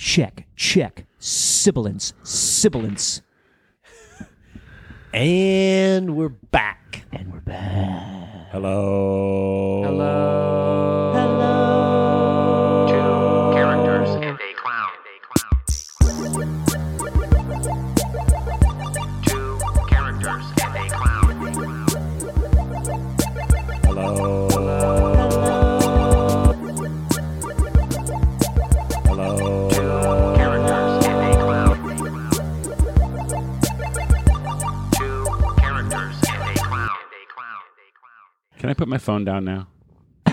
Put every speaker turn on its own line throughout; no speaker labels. check, check, sibilance, sibilance.
And we're back.
And we're back.
Hello.
Hello.
Two characters and a clown. Two characters and a clown.
Hello. Hello.
Two characters and a clown. Two characters and a clown.
Can I put my phone down now?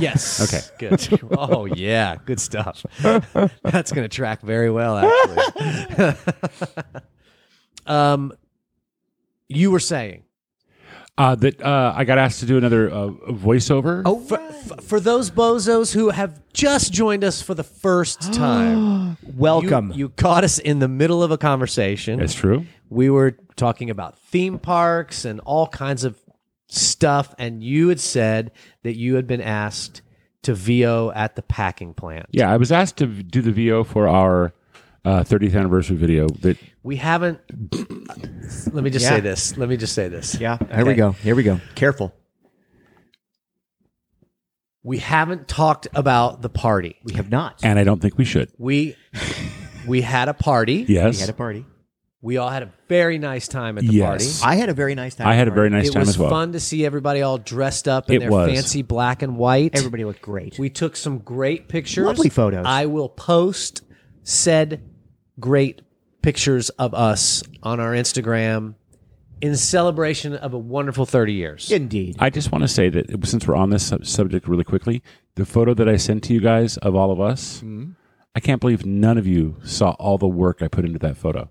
Yes.
Okay.
Good. Oh yeah, good stuff. That's going to track very well actually. um you were saying
Uh, that uh, I got asked to do another uh, voiceover.
Oh, for, f- for those bozos who have just joined us for the first time,
Welcome.
You, you caught us in the middle of a conversation.
that's true.
We were talking about theme parks and all kinds of stuff, and you had said that you had been asked to VO at the packing plant.
Yeah, I was asked to do the VO for our uh, 30th anniversary video. That
We haven't. Let me just
Yeah.
say this. Let me just say this.
yeah. Here we go. Here we go.
Careful. We haven't talked about the party.
We have not.
and I don't think we should.
We we had a party.
Yes,
We had a party.
We all had a very nice time at the
Yes.
party.
I had a very nice time.
I
at
had
the
a very
party.
nice
it
time
was
as well.
fun to see everybody all dressed up in
It
their
was.
fancy black and white.
Everybody looked great.
We took some great pictures.
Lovely photos.
I will post said great pictures of us on our Instagram in celebration of a wonderful 30 years.
Indeed.
I just want to say that since we're on this sub- subject really quickly, the photo that I sent to you guys of all of us,
Mm-hmm.
I can't believe none of you saw all the work I put into that photo.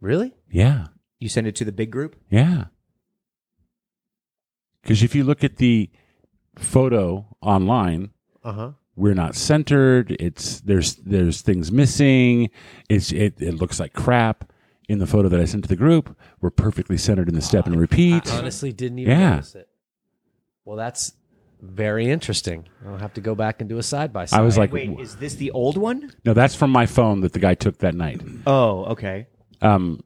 Really?
Yeah,
You sent it to the big group?
yeah. Because if you look at the photo online,
Uh-huh.
we're not centered. It's there's there's things missing. It's it, it looks like crap. In the photo that I sent to the group, we're perfectly centered in the step and repeat.
I honestly didn't even
Yeah.
notice it. Well, that's very interesting. I'll have to go back and do a side by side.
I was like,
Wait, is this the old one?
no, that's from my phone that the guy took that night.
Oh, okay.
Um,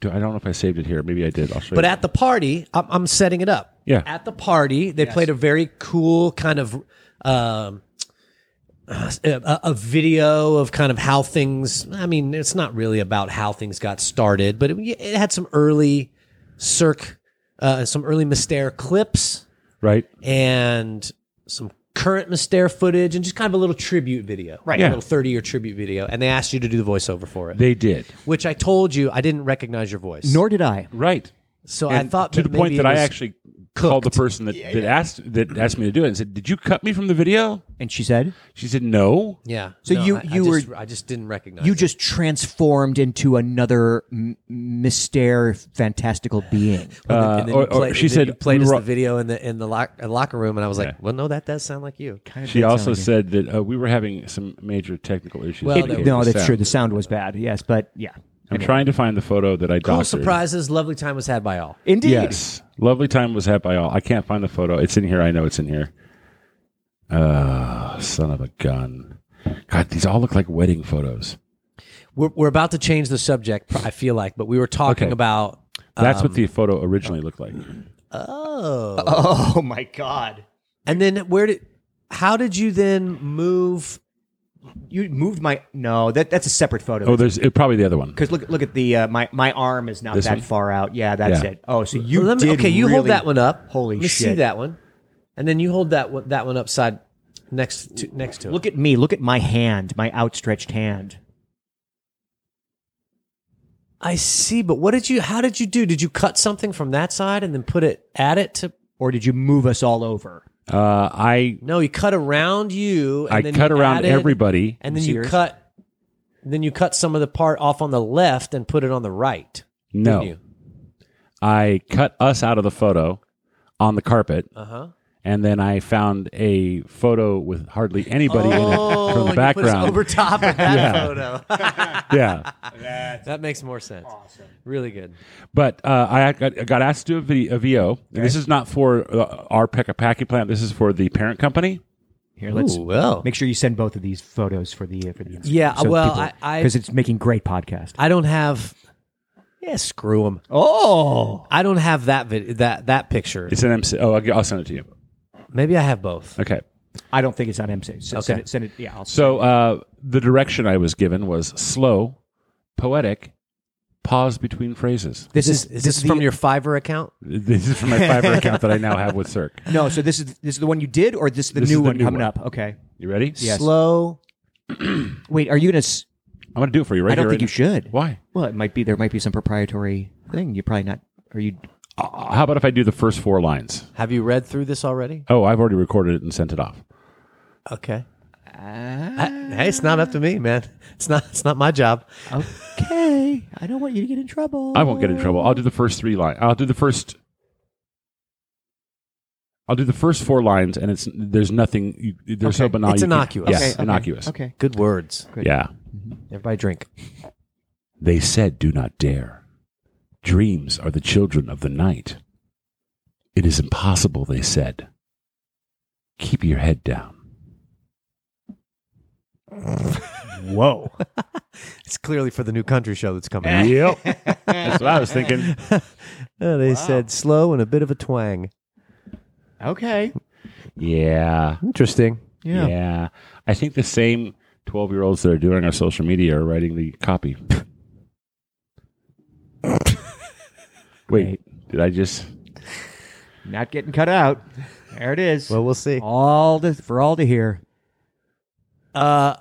do, I don't know if I saved it here. Maybe I did. I'll show
But
you.
at the party, I'm, I'm setting it up.
Yeah.
At the party, they played a very cool kind of um, uh, a, a video of kind of how things. I mean, it's not really about how things got started, but it, it had some early Cirque, uh, some early Mystere clips,
right?
and some current Mystere footage, and just kind of a little tribute video, right?
Yeah.
A little 30 year tribute video, and they asked you to do the voiceover for it,
They did.
which I told you I didn't recognize your voice.
Nor did I.
Right.
so I
And
thought
to the
maybe
point
it
that I
was-
actually called the person that, that asked that asked me to do it and said, "Did you cut me from the video?"
And she said,
She said, "No."
Yeah.
So you-
I,
you
I just,
were-
I just didn't recognize
You
it.
just transformed into another m- mystere fantastical being.
And then-
Uh,
and then
or- or
you played-
she
and then
said
you played
we
us
were-
the video in the in the lock, uh, locker room, and I was like,
Yeah.
well, no, that does sound like you.
Kind of
She
did sound
also
like it.
said that uh, we were having some major technical issues.
Well,
with
that
the
was-
No, that's
sound.
true. The sound was bad. Yes, but yeah.
I'm trying to find the photo that I
Cool
doctored.
surprises, lovely time was had by all.
Indeed.
Yes, lovely time was had by all. I can't find the photo. It's in here. I know it's in here. Uh, son of a gun! God, these all look like wedding photos.
We're we're about to change the subject. I feel like, but we were talking
Okay.
about.
That's
Um,
what the photo originally looked like.
Oh.
Oh my god.
And then where did? How did you then move?
You moved my No, that that's a separate photo.
Oh, there's it, probably the other one.
Cuz look look at the uh, my my arm is not
This
that
one?
far out. Yeah, that's
Yeah.
it. Oh, so you
Let me-
did
okay, you hold
really-
that one up.
Holy
Let me See
shit.
that one, and then you hold that one, that one upside next to next to it.
Look at me. Look at my hand, my outstretched hand.
I see, but what did you? How did you do? Did you cut something from that side and then put it add it to?
Or did you move us all over?
Uh, I
No, you cut around you. And
I
then
cut
you
around
added-
everybody.
and then
See
you
yours?
cut. Then you cut some of the part off on the left and put it on the right.
No,
didn't you?
I cut us out of the photo on the carpet,
Uh huh.
and then I found a photo with hardly anybody in it from the
Oh, and you put us
background.
over top of that photo.
yeah.
that makes more sense. Awesome. Really good.
But uh, I got, I got asked to do a, E video, a VO. And this is not for uh, our Pekka Packing plant. This is for the parent company.
Here, let's
Ooh, well.
make sure you send both of these photos for the uh, for the
Yeah, well, I- I-
because it's making great podcast.
I don't have. Yeah, screw them.
oh,
I don't have that vid- that that picture.
It's an MC. Oh, I'll, g- I'll send it to you.
Maybe I have both.
Okay.
I don't think it's on MC. So
Okay.
Send it. Send it. Yeah. I'll,
So uh, the direction I was given was slow, poetic, pause between phrases.
this
Is
is
this, is from your Fiverr account?
This is from my Fiverr account that I now have with Cirque.
no. So this is this is the one you did, or this is the
This
new
is the
one
new
coming
one.
up? Okay.
You ready?
Yes.
Slow.
Wait, are you gonna? S-
I'm going to do it for you right
I don't
here,
think
right
you
now.
should.
Why?
Well, it might be there might be some proprietary thing. You're probably not. Are you?
Uh, How about if I do the first four lines?
Have you read through this already?
Oh, I've already recorded it and sent it off.
Okay. I-
Uh,
Ah,
hey, it's not up to me, man. It's not. It's not my job.
Okay. I don't want you to get in trouble.
I won't get in trouble. I'll do the first three lines. I'll do the first. I'll do the first four lines, and it's there's nothing. you- They're so
Okay.
banal.
It's
you can't-
innocuous.
Yes,
Okay,
innocuous.
Okay.
Good words.
Yeah.
Everybody drink.
They said, "Do not dare." Dreams are the children of the night. It is impossible, they said. Keep your head down.
Whoa.
It's clearly for the new country show that's coming. out.
Yep, that's what I was thinking.
Uh, they said slow and a bit of a twang.
okay.
Yeah.
Interesting.
Yeah.
Yeah.
I think the same 12 year olds that are doing our social media are writing the copy. Wait, did I just.
Not getting cut out. There it is.
Well, we'll see.
all the for all to hear.
Uh,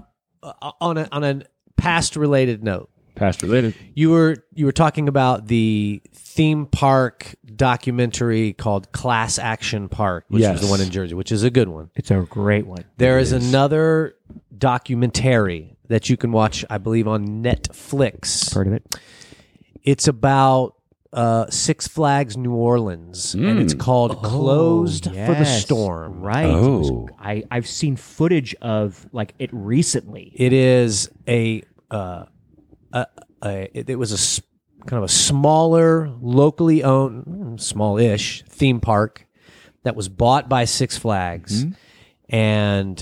on a on a past related note,
Past related.
you were you were talking about the theme park documentary called Class Action Park, which
Yes.
is the one in Jersey, which is a good one.
It's a great one.
There is, another documentary that you can watch, I believe, on Netflix.
Part of it.
It's about uh, Six Flags New Orleans, and it's called Closed for the
Yes,
Storm.
Right.
Oh.
I I've seen footage of like it recently.
It is a, uh, a, a it, it was a s- kind of a smaller, locally owned, mm, small-ish theme park that was bought by Six Flags and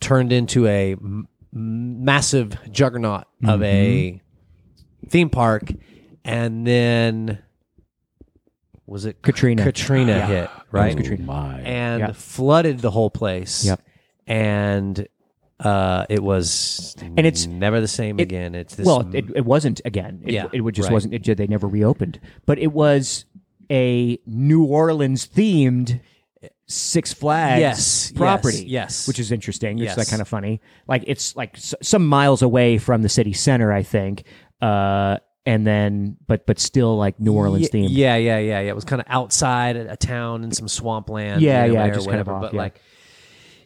turned into a m- massive juggernaut of a theme park, and then was it
Katrina.
Katrina hit right?
Oh my.
and
Yeah.
flooded the whole place.
Yep.
And uh, it was and
it's-
never the same again. It's this
Well, it, it wasn't again. It,
Yeah,
it would just
right.
wasn't. It, ju- they never reopened. But it was a New Orleans themed Six Flags
Yes, yes,
property.
yes.
which is interesting. It's
Yes.
like kind of funny. Like it's like s- some miles away from the city center, I think. Uh, and then, but but still like New Orleans
yeah,
themed.
yeah, yeah, yeah, yeah. It was kind of outside a a town in some swampland.
Yeah,
you know,
yeah,
where-
just kind of
whatever.
off,
but
yeah.
like,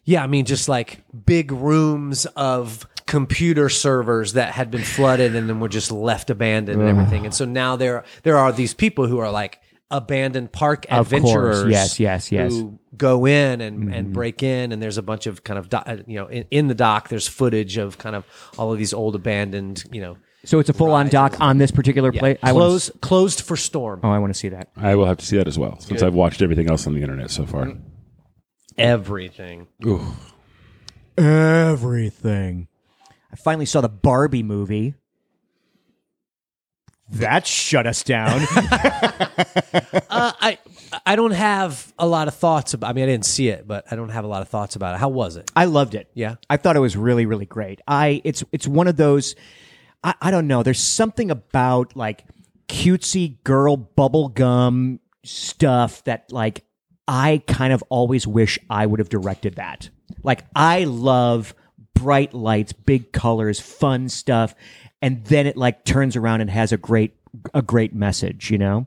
yeah, I mean, just like big rooms of computer servers that had been flooded and then were just left abandoned and everything. And so now there there are these people who are like abandoned park
Of course.
adventurers.
Yes, yes, yes. Mm-hmm.
Who go in and, and break in and there's a bunch of kind of do- uh, you know in, in the dock there's footage of kind of all of these old abandoned you know
So it's a full on doc on this particular place. I wanna s-
closed closed for storm
Oh, I want to see that.
I will have to see that as well since I've watched everything else on the internet so far.
everything.
Ooh.
everything. I finally saw the Barbie movie. That shut us down.
Uh, I I don't have a lot of thoughts about. I mean, I didn't see it, but I don't have a lot of thoughts about it. How was it?
I loved it.
Yeah.
I thought it was really, really great. I it's it's one of those I, I don't know. There's something about like cutesy girl bubblegum stuff that like I kind of always wish I would have directed that. Like I love bright lights, big colors, fun stuff, and then it like turns around and has a great a great message, you know?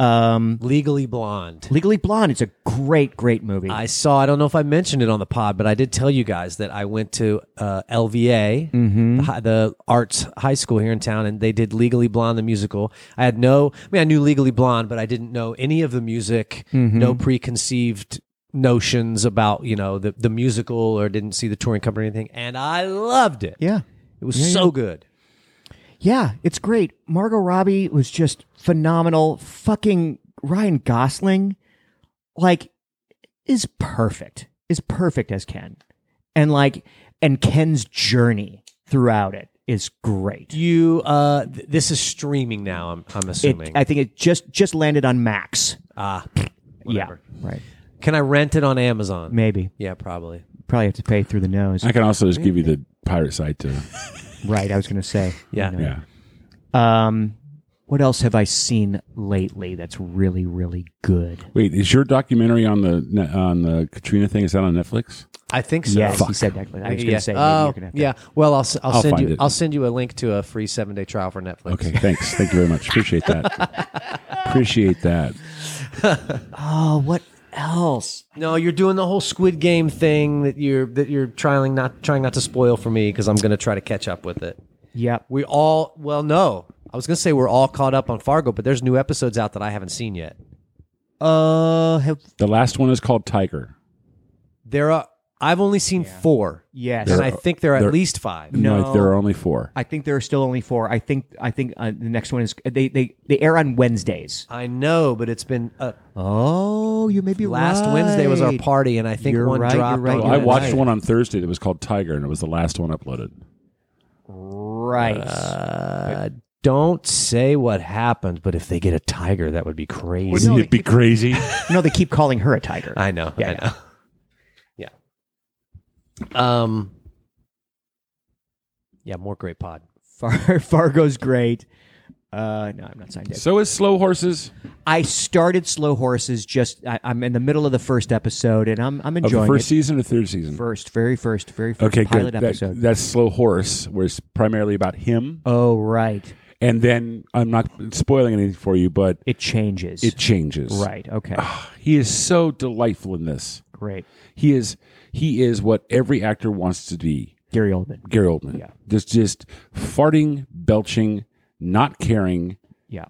Mm.
Legally Blonde.
Legally Blonde, it's a great, great movie.
I saw. I don't know if I mentioned it on the pod, but I did tell you guys that I went to uh, LVA,
Mm-hmm.
the, hi- the arts high school here in town, and they did Legally Blonde the musical. I had no. I mean, I knew Legally Blonde, but I didn't know any of the music.
Mm-hmm.
No preconceived notions about you know the the musical, or didn't see the touring company or anything. And I loved it.
yeah.
it was so good.
Yeah, it's great. Margot Robbie was just phenomenal. Fucking Ryan Gosling, like, is perfect. is perfect as Ken, and like and Ken's journey throughout it is great.
You, uh, th- this is streaming now. I'm, I'm
It,
assuming.
I think it just just landed on Max.
ah, whatever.
Yeah, right.
Can I rent it on Amazon?
Maybe
Yeah, probably.
probably have to pay through the nose.
I can also just give you the pirate site to.
right. I was going to say.
Yeah.
You know.
Yeah.
Um, what else have I seen lately that's really really good?
Wait, is your documentary on the on the Katrina thing? Is that on Netflix?
I think so.
yes, he said that. I was going to say. maybe
Oh,
you're gonna have to-
yeah. Well, I'll, s will send
find
you.
it.
I'll send you a link to a free seven day trial for Netflix.
Okay, thanks. Thank you very much. Appreciate that. Appreciate that.
Oh, what else?
No, you're doing the whole Squid Game thing that you're that you're trying not trying not to spoil for me because I'm going to try to catch up with it.
Yep.
We all well, no, I was going to say we're all caught up on Fargo, but there's new episodes out that I haven't seen yet.
Uh, have,
The last one is called Tiger.
There are I've only seen four,
yes.
and I think there are
there-
at least five.
No.
there are only four.
I think there are still only four. I think I think uh, the next one is they they they air on Wednesdays.
I know, but it's been uh,
Oh, you may be
last Wednesday was our party, and I think
You're
one
right,
dropped.
you're right,
on
you're
Well, I
Yeah,
Wednesday.
watched one on Thursday that was called Tiger, and it was the last one uploaded.
Right.
Uh, don't say what happened, but if they get a tiger, that would be crazy.
no,
it be crazy?
no, they keep calling her a tiger.
I know.
Yeah,
I know. Yeah. Um. Yeah, more great pod.
Far, Fargo's great. Uh, no, I'm not signed yet.
so is Slow Horses
I started Slow Horses. Just I, I'm in the middle of the first episode, and I'm I'm
of the
enjoying
first
it.
season or third season?
First, very first, very first
okay,
pilot
good. That-
episode.
that's Slow Horse, where it's primarily about him.
oh, right.
And then I'm not spoiling anything for you, but
It changes.
it Ah. changes.
right. Okay.
He is so delightful in this.
great.
He is he is what every actor wants to be.
Gary Oldman.
Gary Oldman.
Yeah.
There's just farting, belching, not caring,
Yeah.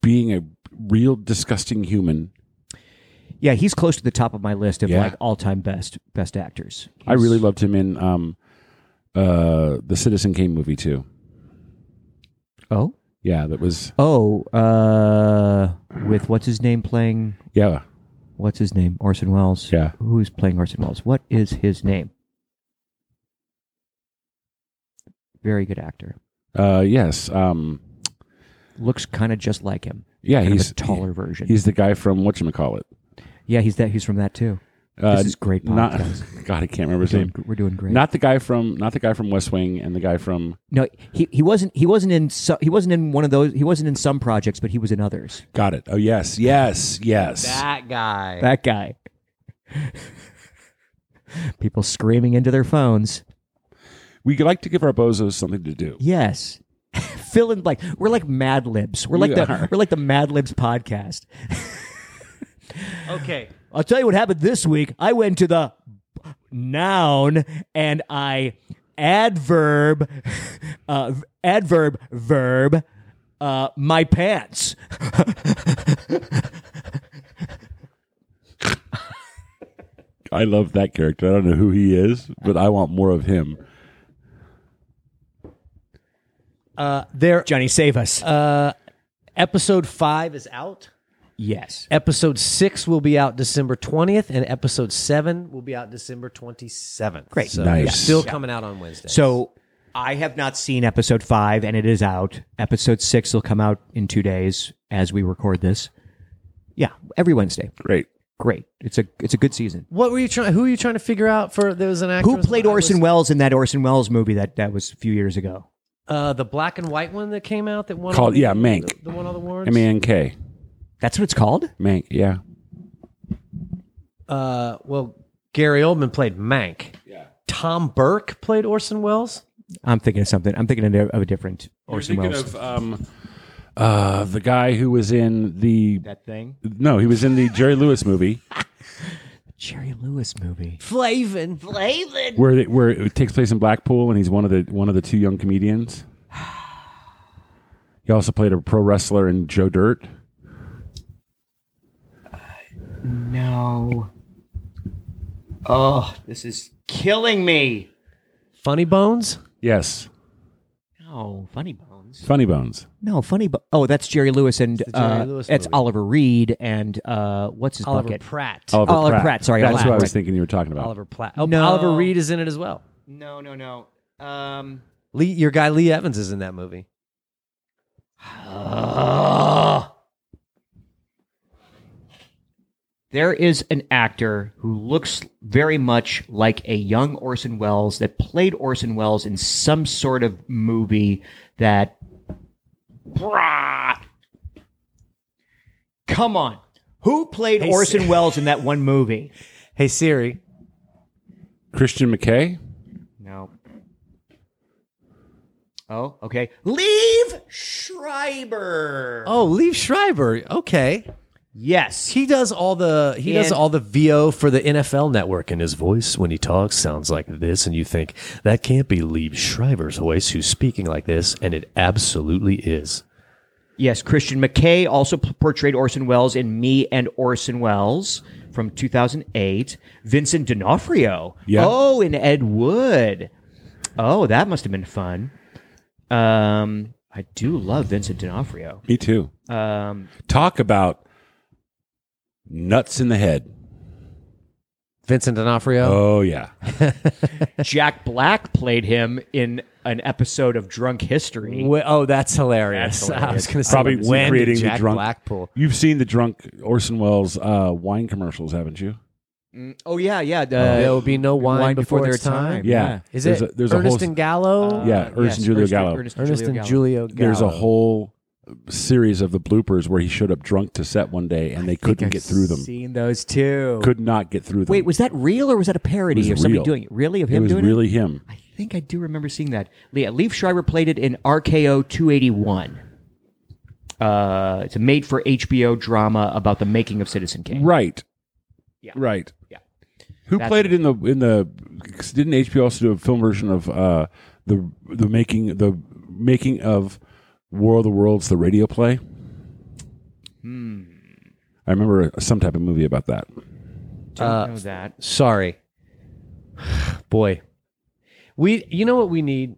being a real disgusting human.
Yeah, he's close to the top of my list of
Yeah.
like all time best best actors.
I really loved him in um, uh, the Citizen Kane movie too.
Oh?
Yeah, that was
Oh, uh with what's his name playing
yeah,
what's his name? Orson Welles.
yeah.
Who's playing Orson Welles? What is his name? Very good actor.
Uh, yes, um,
Looks kind of just like him.
yeah.
Kind of
he's
a taller version.
He's the guy from what you call it.
yeah, he's that. He's from that too.
Uh,
this is great.
not
podcast.
God, I can't remember
we're,
his name.
doing, we're doing great.
Not the guy from not the guy from West Wing and the guy from
no, he, he wasn't. He wasn't in. So, he wasn't in one of those. He wasn't in some projects, but he was in others.
Got it. Oh yes, yes, yes.
That guy.
that guy. People screaming into their phones.
we like to give our bozos something to do.
Yes. Fill in like we're like Mad Libs. We're like
We
the
are.
we're like the Mad Libs podcast.
okay.
I'll tell you what happened this week. I went to the noun and I adverb uh, adverb verb uh, my pants.
I love that character. I don't know who he is, but I want more of him.
Uh, there.
Johnny, save us.
Uh, episode five is out.
yes.
Episode six will be out December twentieth, and episode seven will be out December twenty seventh. Great. So
Nice.
yeah, Still coming out on Wednesday.
So I have not seen episode five, and it is out. Episode six will come out in two days as we record this. Yeah, every Wednesday.
Great.
Great. It's a it's a good season.
what were you trying? Who are you trying to figure out for? There was an actor
Who played Orson Welles in that Orson Welles movie that that was a few years ago?
Uh, the black and white one that came out that won.
Called-
all the-
yeah, Mank.
The, the one all the awards.
M A N K.
That's what it's called.
Mank. Yeah.
uh, well, Gary Oldman played Mank. Yeah. Tom Burke played Orson Welles.
I'm thinking of something. I'm thinking of a- of a different Orson
thinking
Welles.
of um, uh, the guy who was in the
that thing,
no, he was in the Jerry Lewis movie
Jerry Lewis movie.
Flavin.
where it, where it takes place in Blackpool, and he's one of the one of the two young comedians. He also played a pro wrestler in Joe Dirt.
No. Oh, this is killing me.
Funny Bones.
Yes.
No, No, Funny Bones.
Funny Bones.
No, Funny Bo- Oh, that's Jerry Lewis and
the Jerry
uh,
Lewis
it's
movie.
Oliver Reed and uh, what's his
Oliver
bucket?
Pratt.
Oliver,
Oliver
Pratt.
Pratt, sorry,
That's
Oliver
what I was
Pratt.
thinking you were talking about.
Oliver Platt. Oh,
No.
Oliver Reed is in it as well.
No, no, no. Um,
Lee, your guy Lee Evans is in that movie.
there is an actor who looks very much like a young Orson Welles that played Orson Welles in some sort of movie that. Brah! Come on. Who played
Hey,
Orson
Sa-
Welles in that one movie?
Hey Siri,
Christian McKay.
No. Oh, okay. Leave Schreiber.
Oh, Leave Schreiber. Okay,
yes.
he does all the he does
And-
all the VO for the NFL Network, and his voice when he talks sounds like this, and you think that can't be Leave Schreiber's voice who's speaking like this, and it absolutely is.
Yes, Christian McKay also p- portrayed Orson Welles in Me and Orson Welles from 2008. Vincent D'Onofrio.
Yeah.
Oh, and Ed Wood. Oh, that must have been fun. Um, I do love Vincent D'Onofrio.
Me too.
Um,
Talk about nuts in the head.
Vincent D'Onofrio.
Oh yeah.
Jack Black played him in an episode of Drunk History.
Wh- oh, that's hilarious.
That's hilarious.
I was going to say
Probably
when did
recreating the
Jack
drunk-
Blackpool.
You've seen the drunk Orson Welles uh, wine commercials, haven't you?
Mm, Oh yeah, yeah.
Uh,
the-
there will be no wine, before, their time.
Yeah.
Is
There's
it
a- there's a whole
Ernest
s-
and Gallo?
uh,
Yeah, Ernest and Julio Gallo.
Ernest and
Ernest
Julio
and
Gallo.
Julio Gallo.
There's a whole series of the bloopers where he showed up drunk to set one day and they couldn't get through them.
Seen those too.
Could not get through them.
Wait, was that real or was that a parody
It was
of somebody
real.
doing it? Really, of
it
him
was
doing it?
really him.
I think I do remember seeing that. Yeah, Leaf Schreiber played it in RKO 281. Uh, it's a made for HBO drama about the making of Citizen Kane.
Right.
Yeah.
Right.
Yeah.
Who
That's
played it in the in the? 'cause Didn't HBO also do a film version of uh, the the making the making of War of the Worlds, the radio play? Hmm.
Hmm.
I remember some type of movie about that.
Don't know that.
Sorry. Boy. We you know what we need?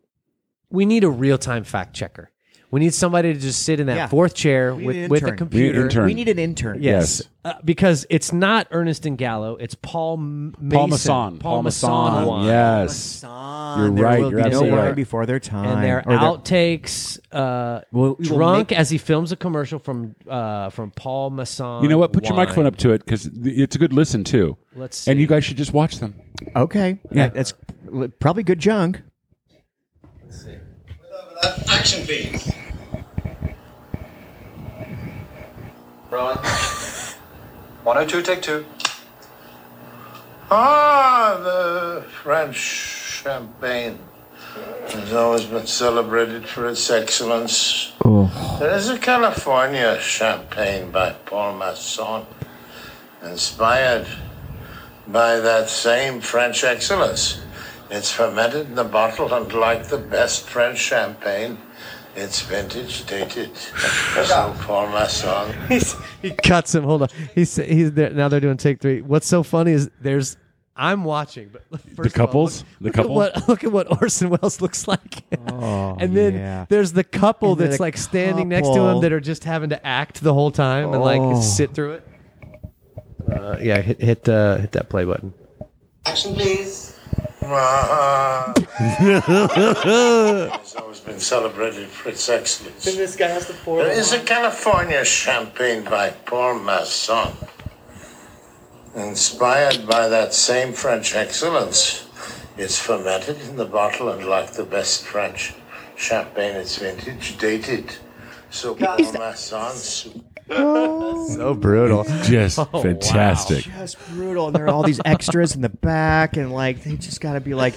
We need a real-time fact checker. We need somebody to just sit in that
Yeah.
fourth chair
need
with
an
with a
intern.
We need an
computer.
intern.
We need an intern.
Yes.
Yes.
Uh, because it's not Ernest and Gallo, it's Paul M- Mason.
Paul Masson.
Paul Masson. one.
Yes. You're
there
right.
will
You're
be no
absolutely
wine
right.
before their time.
And their
Or their-
outtakes, uh,
we will
drunk
make-
as he films a commercial from uh, from Paul Masson.
You know what? Put your
wine.
microphone up to it because it's a good listen too.
Let's see.
And you guys should just watch them.
Okay. Yeah. That's probably good junk.
Action, please.
Rowan. 102, take oh two.
Ah, the French champagne has always been celebrated for its excellence. There is a California champagne by Paul Masson, inspired by that same French excellence. It's fermented in the bottle, and like the best French champagne, it's vintage dated. so Paul Masson.
He's, he cuts him. Hold on. He's he's there, now they're doing take three. What's so funny is there's I'm watching, but first of all,
couples?
look-
The
look,
couple?
At what, look at what Orson Welles looks like, and then
yeah.
there's the couple
And then
that's
the
like standing next to him
couple.
that are just having to act the whole time and like sit through it. Uh, yeah, hit hit uh, hit that play button.
Action, please.
Ah. It's always been celebrated for its excellence.
This guy has to pour.
There is a California champagne by Paul Masson, inspired by that same French excellence. It's fermented in the bottle, and like the best French champagne, it's vintage dated. So Paul Masson. su-
So brutal.
Just
Oh,
fantastic.
Just brutal. And there are all these extras in the back, and like they just got to be like,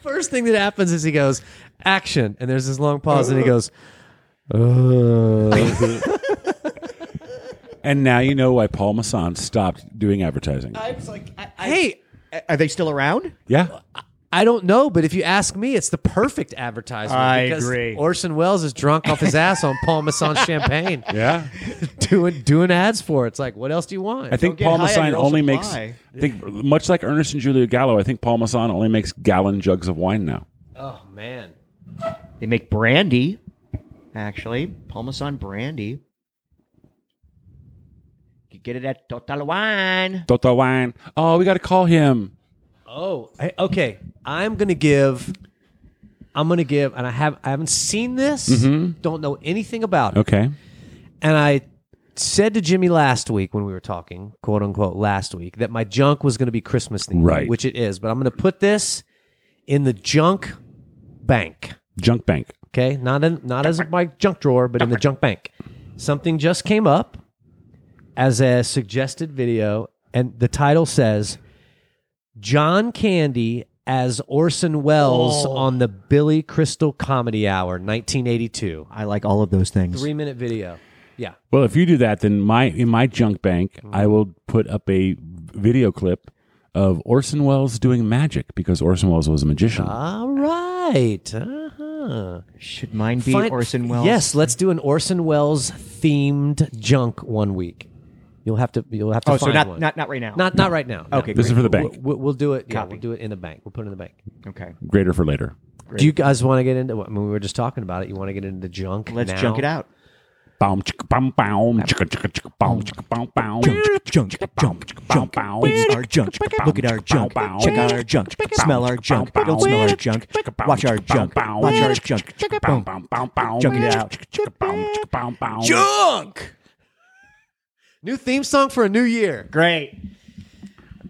First thing that happens is he goes action, and there's this long pause, and he goes. "Uh."
And now you know why Paul Masson stopped doing advertising.
hey,
are they still around?
yeah.
I don't know, but if you ask me, it's the perfect advertisement.
I
because
agree.
Orson Welles is drunk off his ass on Paul Masson champagne,
Yeah.
doing doing ads for it. It's like, what else do you want?
I think
get
Paul
high on
Masson
your own
only makes.
supply.
I think much like Ernest and Julio Gallo, I think Paul Masson only makes gallon jugs of wine now.
oh man,
They make brandy, actually, Parmesan brandy. You get it at Total Wine.
Toto Wine. Oh, we got to call him.
Oh, I- okay. I'm gonna give. I'm gonna give, and I have I haven't seen this. Don't know anything about it.
Mm-hmm. Okay.
And I said to Jimmy last week when we were talking, quote unquote, last week that my junk was gonna be Christmas themed,
Right.
Which it is, but I'm gonna put this in the junk bank.
Junk Bank.
Okay, not in not as my junk drawer, but in the junk bank. Something just came up as a suggested video, and the title says John Candy as Orson Welles on the Billy Crystal Comedy Hour, 1982.
I like all of those things.
Three minute video. Yeah.
Well, if you do that, then my in my junk bank, I
Mm-hmm.
will put up a video clip of Orson Welles doing magic because Orson Welles was a magician.
Uh-huh.
All right. Uh-huh.
Should mine be
Fine-
Orson Welles?
Yes, let's do an Orson Welles themed junk one week. You'll have to. You'll have to.
Oh, so
find
not,
one.
not not right now.
Not not right now. no.
Okay,
this is for the bank.
We'll, we'll- we'll do it. Yeah,
Copy.
we'll do it in the bank. We'll put it in the bank.
okay.
Greater for later.
Do you guys want to get into? I mean, we were just talking about it. You want to get into junk?
Let's
now?
junk it out.
Boom, chicka, boom, boom, chicka, chicka, chicka, boom, chicka, boom, boom, chicka,
junk,
junk, junk.
It's our junk. Look at our junk. Check out our junk. Smell our junk. Don't smell our junk. Watch our junk. Watch our junk. Boom. Junk it out.
out.
Junk. New theme song for a new year.
Great.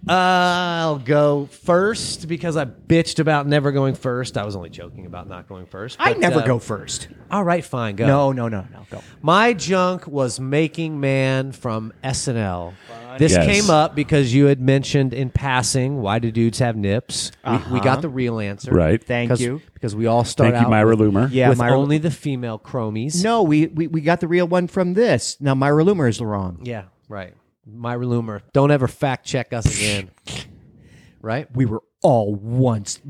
I'll go first because I bitched about never going first. I was only joking about not going first.
I
but,
never
uh,
go first.
All right, fine, go.
No, no, no, no. Go.
My junk was Making Man from SNL. This
Yes.
came up because you had mentioned in passing why do dudes have nips? We, we got the real answer.
Right.
Uh-huh. Thank
Because-
you.
Because we all start
Thank you,
out
Myra
with,
Loomer.
Yeah,
with
Myra-
only the female chromies.
No, we, we we got the real one from this. Now Myra Loomer is wrong.
Yeah, right. Myra Loomer. Don't ever fact check us again. right?
We were all once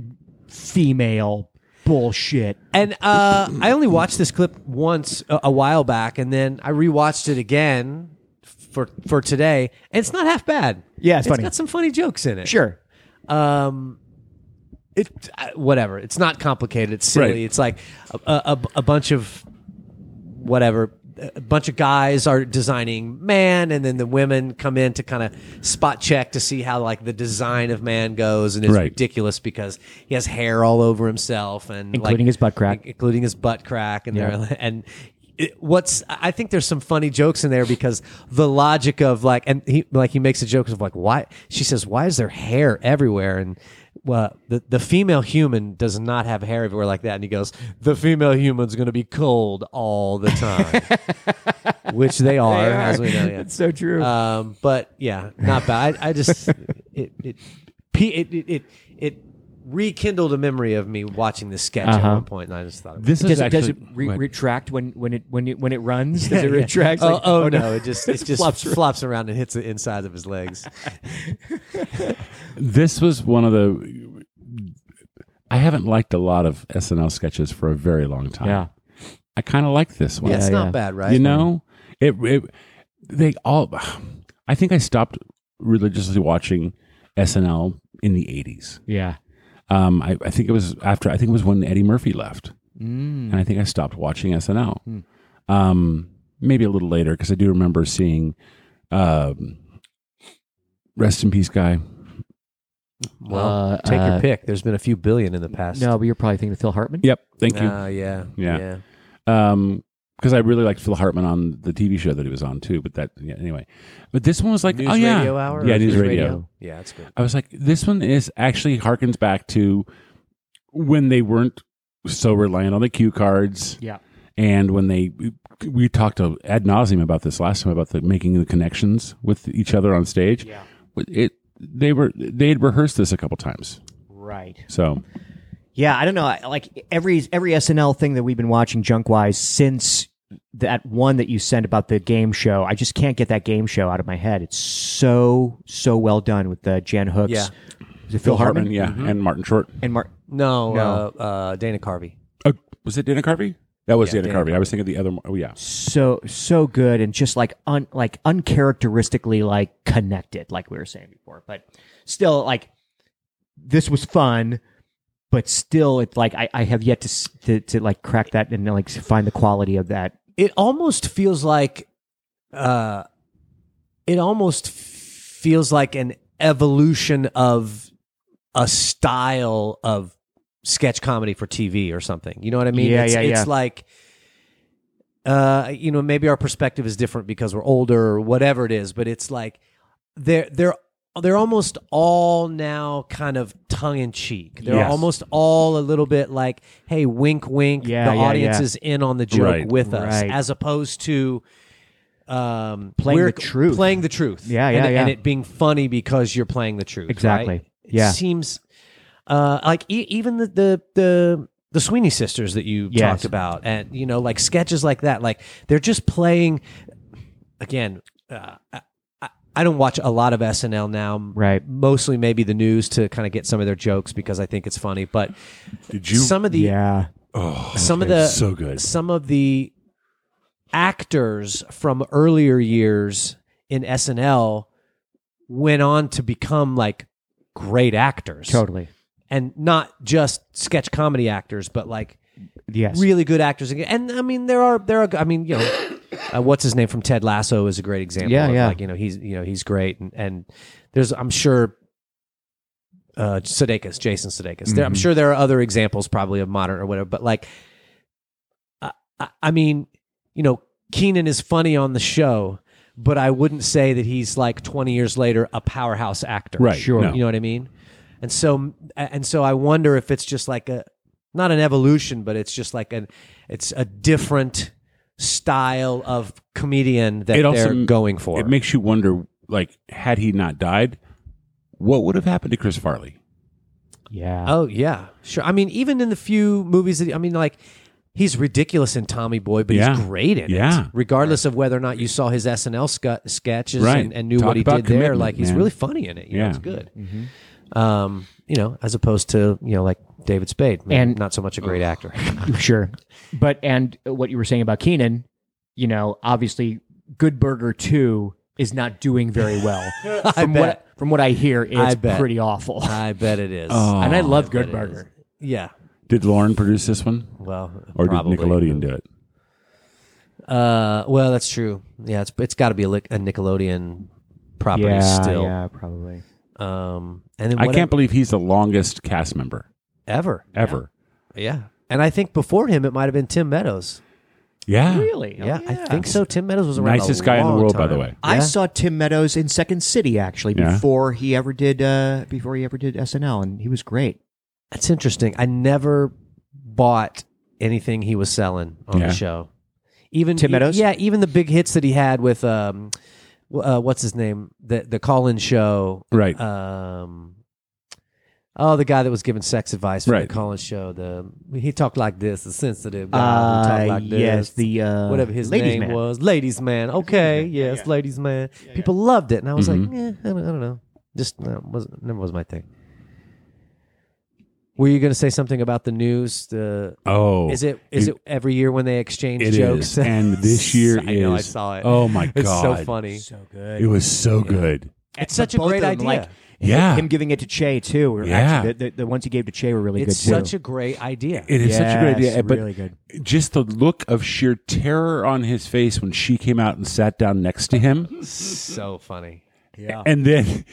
female bullshit.
And uh, I only watched this clip once a, a while back, and then I rewatched it again for for today. And it's not half bad.
Yeah, it's funny.
It's got some funny jokes in it.
Sure.
Um, it uh, whatever. It's not complicated. It's silly.
Right.
It's like a, a, a bunch of whatever. A bunch of guys are designing man, and then the women come in to kind of spot check to see how like the design of man goes, and it's
Right.
ridiculous because he has hair all over himself and
Including
like-
his butt crack.
in- including his butt crack, and
Yeah.
they're- and. It, what's I think there's some funny jokes in there because the logic of like and he like he makes a joke of like why she says why is there hair everywhere and well the the female human does not have hair everywhere like that and he goes the female human's gonna be cold all the time which they are, as we know yeah
so true.
um, but yeah, not bad. I, I just it it, pe- it it it it rekindled a memory of me watching this sketch at one point, and I just thought, it was-
Uh-huh. This
does
is
it, does
actually.
it re-
Wait.
retract when when it when it when it runs? Does it retract?
oh,
Like,
oh, no, it just it just flops,
flops around.
flops around and hits the insides of his legs.
This was one of the. I haven't liked a lot of SNL sketches for a very long time.
Yeah.
I kind of like this one.
Yeah, it's not
yeah.
bad, right?
You know, it, it. They all. I think I stopped religiously watching SNL in the eighties.
Yeah.
Um, I, I think it was after. I think it was when Eddie Murphy left,
Mm.
and I think I stopped watching SNL.
Hmm.
Um, maybe a little later because I do remember seeing. Um, Rest in peace, guy.
well,
Uh,
take
uh,
your pick. There's been a few billion in the past.
No, but you're probably thinking of Phil Hartman.
Yep, thank you.
Ah, yeah,
Yeah.
yeah.
um because I really liked Phil Hartman on the TV show that he was on too. But that yeah, anyway, but this one was like
News
oh yeah,
radio hour.
yeah,
or
news radio.
Yeah, that's good.
I was like, this one is actually harkens back to when they weren't so reliant on the cue cards.
Yeah.
And when they, we talked to ad nauseum about this last time about the making the connections with each other on stage.
Yeah.
It, they were, they had rehearsed this a couple times.
Right.
So
Yeah, I don't know. I- Like every every SNL thing that we've been watching junk wise since that one that you sent about the game show, I just can't get that game show out of my head. It's so so well done with the Jan Hooks.
Yeah.
Is it Phil Hartman? Mm-hmm.
yeah. And Martin Short.
And Mark.
No,
No.
Uh, uh, Dana Carvey.
Oh, was it Dana Carvey? That was
Yeah,
Dana,
Dana
Carvey. I was thinking of the other. Oh yeah.
So so good and just like un like uncharacteristically like connected, like we were saying before. But still, like this was fun. but still, it's like I, I have yet to, s- to to like crack that and like find the quality of that.
it almost feels like uh it almost feels like an evolution of a style of sketch comedy for TV or something. You know what I mean?
Yeah,
it's,
yeah,
it's
yeah.
like uh you know maybe our perspective is different because we're older or whatever it is, but it's like they're they're they're almost all now kind of tongue in cheek. They're
Yes.
almost all a little bit like, hey, wink, wink.
Yeah,
the
yeah,
audience
yeah.
is in on the joke
Right.
with us,
Right.
as opposed to um,
Playing
we're
the truth.
playing the truth.
Yeah,
and,
yeah, yeah.
and it being funny because you're playing the truth.
Exactly.
right? It
Yeah.
seems uh, like e- even the the the. The Sweeney sisters that you
Yes.
talked about, and you know, like sketches like that, like they're just playing. Again, uh, I, I- I don't watch a lot of SNL now,
Right.
Mostly maybe the news to kind of get some of their jokes because I think it's funny. But
Did you?
some of the
yeah,
oh,
some of
they're
the
so good.
some of the actors from earlier years in SNL went on to become like great actors
totally.
and not just sketch comedy actors but like
Yes.
really good actors and I mean there are there are I mean you know uh, what's his name from Ted Lasso is a great example
Yeah,
of,
yeah.
like you know he's you know he's great and and there's I'm sure uh Sudeikis Jason Sudeikis there, I'm
Mhm.
sure there are other examples probably of modern or whatever but like I, I- I mean you know Keenan is funny on the show but I wouldn't say that he's like 20 years later a powerhouse actor
Right, Sure. no.
you know what I mean and so and so I wonder if it's just like a not an evolution, but it's just like an it's a different style of comedian that
It also
they're
m-
going for.
it makes you wonder, like, had he not died, what would have happened to Chris Farley?
yeah.
oh yeah, sure. I mean, even in the few movies that I mean, like he's ridiculous in Tommy Boy, but
Yeah.
he's great in
Yeah.
it, regardless of whether or not you saw his SNL sc- sketches
Right.
and, and knew
Talk
what he
about
did there.
commitment,
Like he's
man.
really funny in it. You know,
Yeah.
it's good.
Mm-hmm.
Um, you know, as opposed to you know like David Spade, maybe
And-
not so much a great actor.
Sure. But and what you were saying about Keenan, you know, obviously Good Burger 2 is not doing very well. from what
bet.
from what I hear, it's
I bet.
pretty awful.
I bet it is.
Oh,
and I love Good
bet it is.
Burger.
Yeah.
Did Lauren produce this one,
Well,
or
probably.
did Nickelodeon do it?
Uh, well, that's true. Yeah, it's it's got to be a, lic- a Nickelodeon property still.
yeah, probably.
Um, and then
I
what
can't believe he's the longest cast member
ever,
ever.
yeah. And I think before him, it might have been Tim Meadows.
Yeah,
Really? Oh,
Yeah, I think so. Tim Meadows was around
nicest
a
guy in the
long
world, by the
time.
way.
I saw Tim Meadows in Second City actually
Yeah.
before he ever did uh, before he ever did SNL, and he was great.
That's interesting. I never bought anything he was selling on
Yeah.
the show. Even e-,
Tim Meadows?
yeah. Even the big hits that he had with um, w- uh, what's his name? The the call in show.
Right.
Um, oh, the guy that was giving sex advice for
Right.
the Colin show. The he talked like this, the sensitive guy who talked
Uh,
like this.
yes, the uh,
whatever his
ladies
name
man.
was, ladies man. Okay, yes, ladies man. People loved it, and I was like, eh, I, don't, I don't know, just uh, was never was my thing. Were you going to say something about the news? The
Oh,
is it is
dude,
it every year when they exchange
It
jokes?
is. and this year
I know I
is-
saw it.
Oh my god,
It's so funny.
It was so good.
It's such a
Both of
great
them,
idea.
like,
Yeah.
him giving it to Che too. were
Yeah.
actually- the, the, the ones he gave to Che were really
it's
good too.
such a great idea.
It is such a great
Yes,
idea, but
really good.
just the look of sheer terror on his face when she came out and sat down next to
Mm-hmm.
him,
so funny.
and then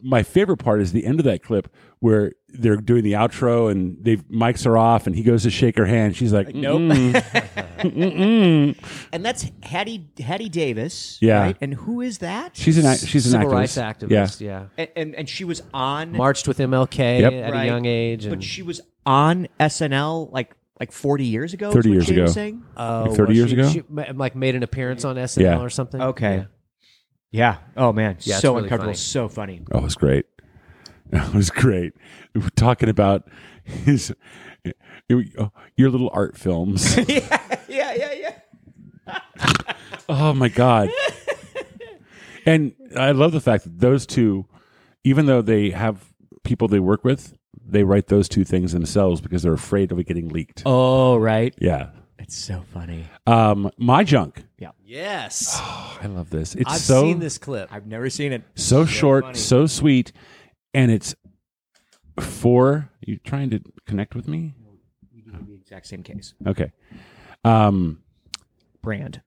my favorite part is the end of that clip where they're doing the outro and they mics are off, and he goes to shake her hand. She's like, "Mm, "Nope."
and that's Hattie Hattie Davis.
Yeah.
right? and who is that?
She's an act- she's an
Civil
activist.
rights activist. Yeah.
and, and, and she was on
marched with MLK
Yep.
at
right?
a young age, and
but she was on SNL like like forty years ago. is
30
what
years
she
ago.
was saying?
Oh,
Like 30
well,
years
she-
ago?
she ma- like made an appearance on SNL
Yeah.
or something.
Okay.
Yeah.
Yeah. Oh man,
Yeah, it's
so
really
uncomfortable,
funny.
so funny.
Oh, it was great. It was great. We were talking about his your little art films.
Yeah, yeah, yeah.
Oh my god! and I love the fact that those two, even though they have people they work with, they write those two things themselves because they're afraid of it getting leaked.
Oh right,
Yeah.
it's so funny.
Um, my junk.
Yes,
I love this. It's
I've
so
seen this clip.
I've never seen it.
so short, so sweet, and it's four. Are you trying to connect with me?
Exact same case.
Okay. Um,
Brand.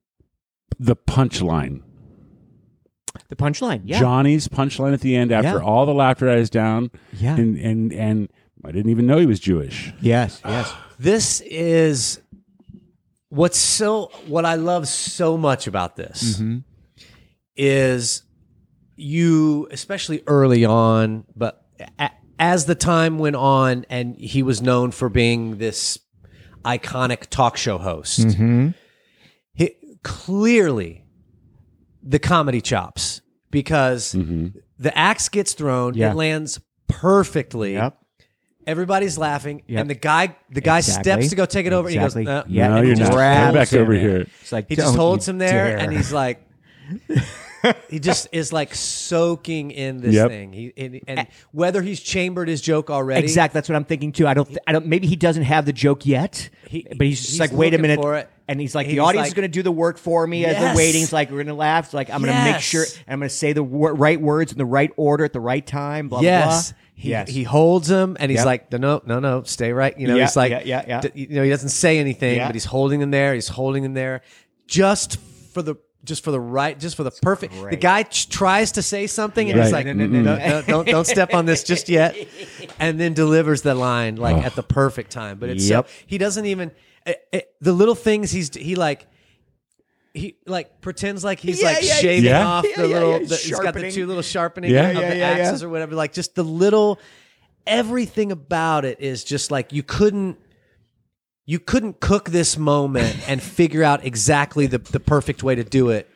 the punchline.
The punchline. Yeah.
Johnny's punchline at the end after
Yeah.
all the laughter dies down.
Yeah.
And and and I didn't even know he was Jewish.
Yes. Yes.
This is what's so what I love so much about this
Mm-hmm.
is you especially early on, but a, as the time went on and he was known for being this iconic talk show host.
Mm-hmm.
He, clearly the comedy chops because the axe gets thrown,
Mm-hmm. Yeah.
it lands perfectly.
Yep.
Everybody's laughing,
Yep.
and the guy the guy
Exactly.
steps to go take it over,
Exactly.
and he goes, "No."
Yeah,
no,
and
you're
he
not.
just
Come
grabs
back
him.
over here.
It's like
He just
"Don't
holds
you
him there,
dare."
and he's like, he just is like soaking in this
Yep.
thing. He and, and whether he's chambered his joke already,
Exactly. That's what I'm thinking too. I don't. Th- I don't. Maybe he doesn't have the joke yet.
He-
but he's just
he's
like, wait a
looking
minute.
for it.
And he's like,
He's
the audience
like-
is going to do the work for me as
Yes.
they're waiting. It's like we're going to laugh. It's like I'm going to make
Yes.
sure I'm going to say the wor- right words in the right order at the right time. Blah
Yes.
blah. blah.
He, he holds him and he's
Yep.
like, no, no, no, no, stay right. You know,
Yeah,
he's like,
yeah, yeah, yeah.
d- you know, he doesn't say anything,
Yeah.
but he's holding him there. He's holding him there just for the, just for the right, just for the perfect. The
great.
guy ch- tries to say something and he's
Right.
like, no, no, no, no, no, don't, don't step on this just yet. And then delivers the line like at the perfect time. But it's
Yep.
so, he doesn't even, it, it, the little things he's, he like, he like pretends like he's
Yeah,
like
yeah,
shaving
yeah.
off
Yeah,
the
yeah,
little.
yeah,
the- he's got the
sharpening.
two little sharpening
Yeah,
of
yeah,
the
yeah, yeah.
axes or whatever. Like just the little, everything about it is just like you couldn't, you couldn't cook this moment and figure out exactly the the perfect way to do it,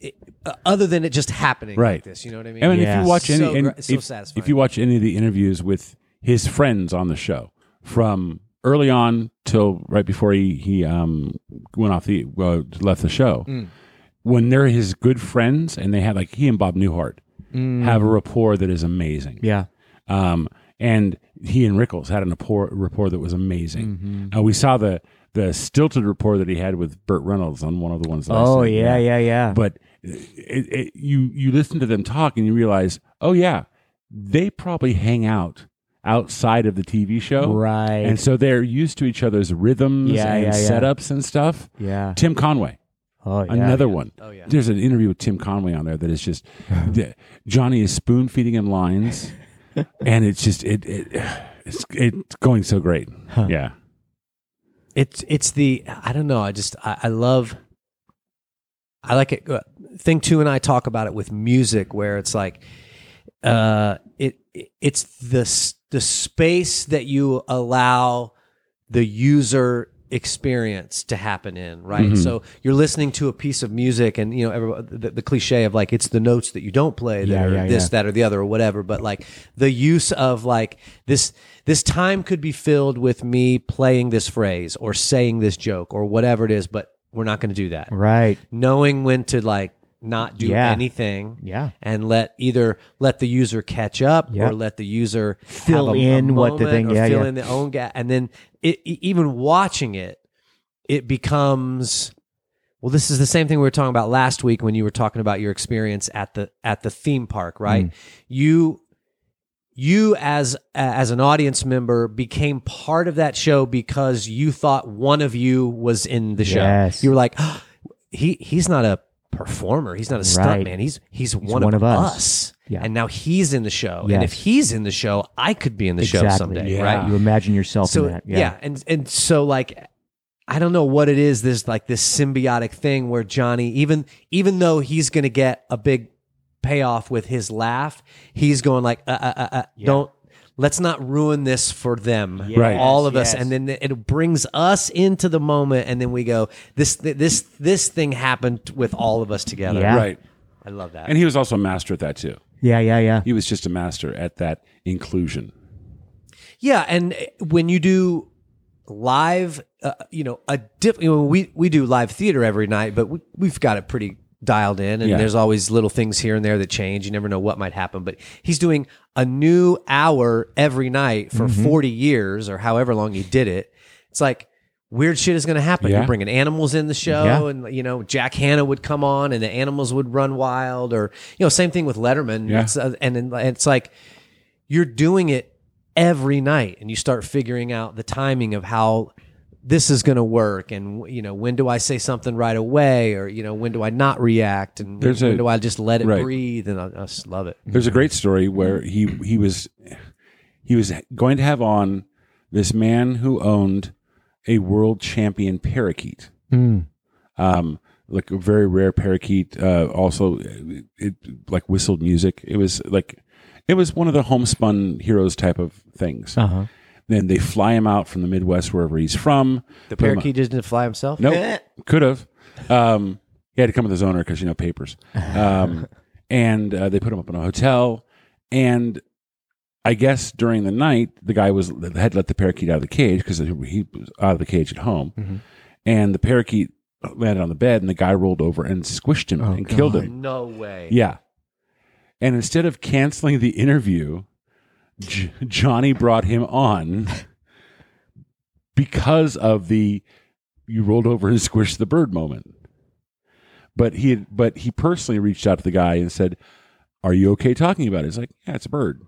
it- uh, other than it just happening
Right.
like this. You know what I mean?
I mean, if
Yes.
you watch any,
So
and
gra- so
if,
satisfying.
if you watch any of the interviews with his friends on the show, from early on till right before he he um went off the uh, left the show,
Mm.
when they're his good friends and they have like he and Bob Newhart
Mm.
have a rapport that is amazing.
Yeah.
Um, and he and Rickles had an rapport, rapport that was amazing.
Mm-hmm.
Uh, we saw the the stilted rapport that he had with Burt Reynolds on one of the ones. That I
Oh
sent,
yeah. Yeah. Yeah.
But it, it, you you listen to them talk and you realize, oh yeah, they probably hang out outside of the TV show,
Right.
And so they're used to each other's rhythms
Yeah,
and
yeah, yeah.
setups and stuff.
yeah.
Tim Conway
Oh yeah.
another one.
Oh, yeah.
There's an interview with Tim Conway on there that is just the, Johnny is spoon feeding him lines, and it's just it, it it's it's going so great. Yeah,
it's it's the I don't know. I just I, I love. I like it. uh, Thing two and I talk about it with music, where it's like, uh, it it- it's the s- the space that you allow the user experience to happen in, right?
Mm-hmm.
So you're listening to a piece of music, and you know everybo- the, the cliche of like it's the notes that you don't play that
Yeah,
are
yeah,
this,
yeah.
that, or the other, or whatever. But like the use of like this this time could be filled with me playing this phrase or saying this joke or whatever it is, but we're not going to do that
Right.
knowing when to like not do
Yeah.
anything
Yeah.
and let either let the user catch up
Yeah.
or let the user
Fill
have a- a
in what the
moment
thing-
or
yeah,
fill
yeah.
in their own gap and then it, e- even watching it it becomes well this is the same thing we were talking about last week when you were talking about your experience at the at the theme park
Mm.
right you you as as an audience member became part of that show because you thought one of you was in the show.
Yes.
You were like, "Oh, he he's not a performer. He's not a
Right.
stuntman. He's he's, one,
one of
of, us.
us." Yeah.
And now he's in the show. And
Yes.
if he's in the show, I could be in the show someday,
Yeah.
right?
You imagine yourself
so
in that.
yeah. and and so like i don't know what it is this like this symbiotic thing where johnny even even though he's gonna get a big payoff with his laugh he's going like uh uh uh, uh don't let's not ruin this for them
Right.
all of us
yes.
and then it brings us into the moment and then we go this this this thing happened with all of us together
Yeah.
right.
i love that
And he was also a master at that too.
Yeah. Yeah. Yeah.
He was just a master at that inclusion.
Yeah, and uh, when you do live, uh, you know, a diff. You know, we we do live theater every night, but we we've got it pretty dialed in, and
Yeah.
there's always little things here and there that change. You never know what might happen. But he's doing a new hour every night for
Mm-hmm.
40 years or however long he did it. It's like. Weird shit is going to happen.
Yeah.
You're bringing animals in the show,
Yeah.
and you know Jack Hanna would come on, and the animals would run wild, or you know same thing with Letterman.
Yeah.
It's, uh, and, then it's like you're doing it every night and you start figuring out the timing of how this is going to work and you know when do i say something right away or you know when do i not react and
There's
when
a-
do i just let it
right.
breathe and i, I just love it
There's a great story where he he was he was going to have on this man who owned a world champion parakeet. Um, like a very rare parakeet. Uh, also, it, it like whistled music. It was like it was one of the homespun heroes type of things.
Uh-huh.
Then they fly him out from the Midwest, wherever he's from.
the
put him on-
parakeet just didn't fly himself
Nope. Could have. Um, he had to come with his owner because, you know, papers. Um, and uh, they put him up in a hotel. And I guess during the night, the guy was had let the parakeet out of the cage because he was out of the cage at home. And the parakeet landed on the bed, and the guy rolled over and squished him and killed him.
no way
Yeah. And instead of canceling the interview, J- Johnny brought him on because of the you rolled over and squished the bird moment. But he had, but he personally reached out to the guy and said, "Are you okay talking about it?" He's like, "Yeah, it's a bird."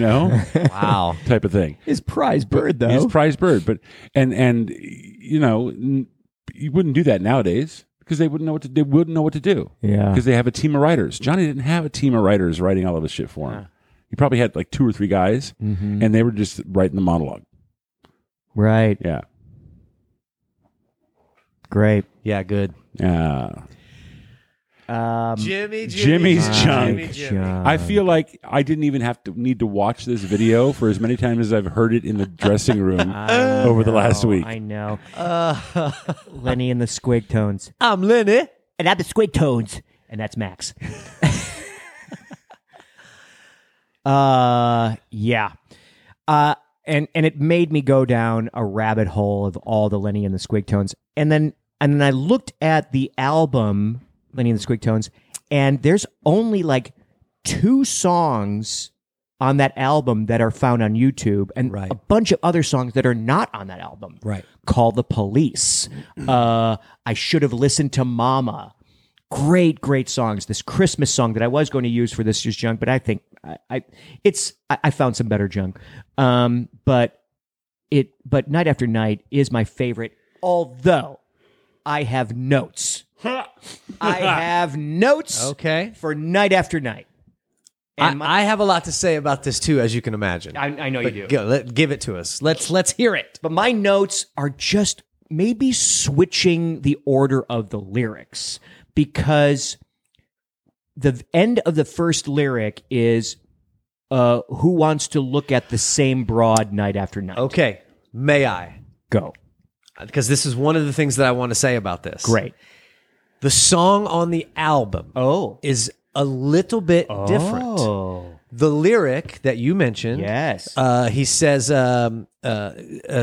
know?
wow
type of thing.
His prize bird, though.
He's a prize bird, but and and you know, n- you wouldn't do that nowadays because they wouldn't know what to they wouldn't know what to do
yeah.
because they have a team of writers. Johnny didn't have a team of writers writing all of his shit for him. He probably had like two or three guys, and they were just writing the monologue.
Right.
Yeah,
Great.
yeah good
yeah.
Um,
jimmy
Jimmy's junk.
my God.
I feel like I didn't even have to need to watch this video for as many times as I've heard it in the dressing room over the last
Oh,
week.
I know. Lenny and the Squig Tones.
i'm lenny
And I'm the Squig Tones. And that's Max. uh, yeah. Uh, and, and it made me go down a rabbit hole of all the Lenny and the Squig Tones. And then, and then I looked at the album, Lenny and the Squig Tones, and there's only like two songs on that album that are found on YouTube and
Right.
a bunch of other songs that are not on that album
right
call the police uh, i should have listened to mama great great songs this christmas song that i was going to use for this year's junk but i think i, I it's I, I found some better junk um, but it but night after night is my favorite although i have notes i have notes
okay
for night after night
I,
and my-
I have a lot to say about this too as you can imagine
I, I know you do
Go, let, give it to us let's let's hear it
but my notes are just maybe switching the order of the lyrics because the end of the first lyric is uh, who wants to look at the same broad night after night
okay may i
go
because this is one of the things that i want to say about this
great
the song on the album
oh
is a little bit different.
oh
The lyric that you mentioned,
yes
uh, he says, um, uh, uh,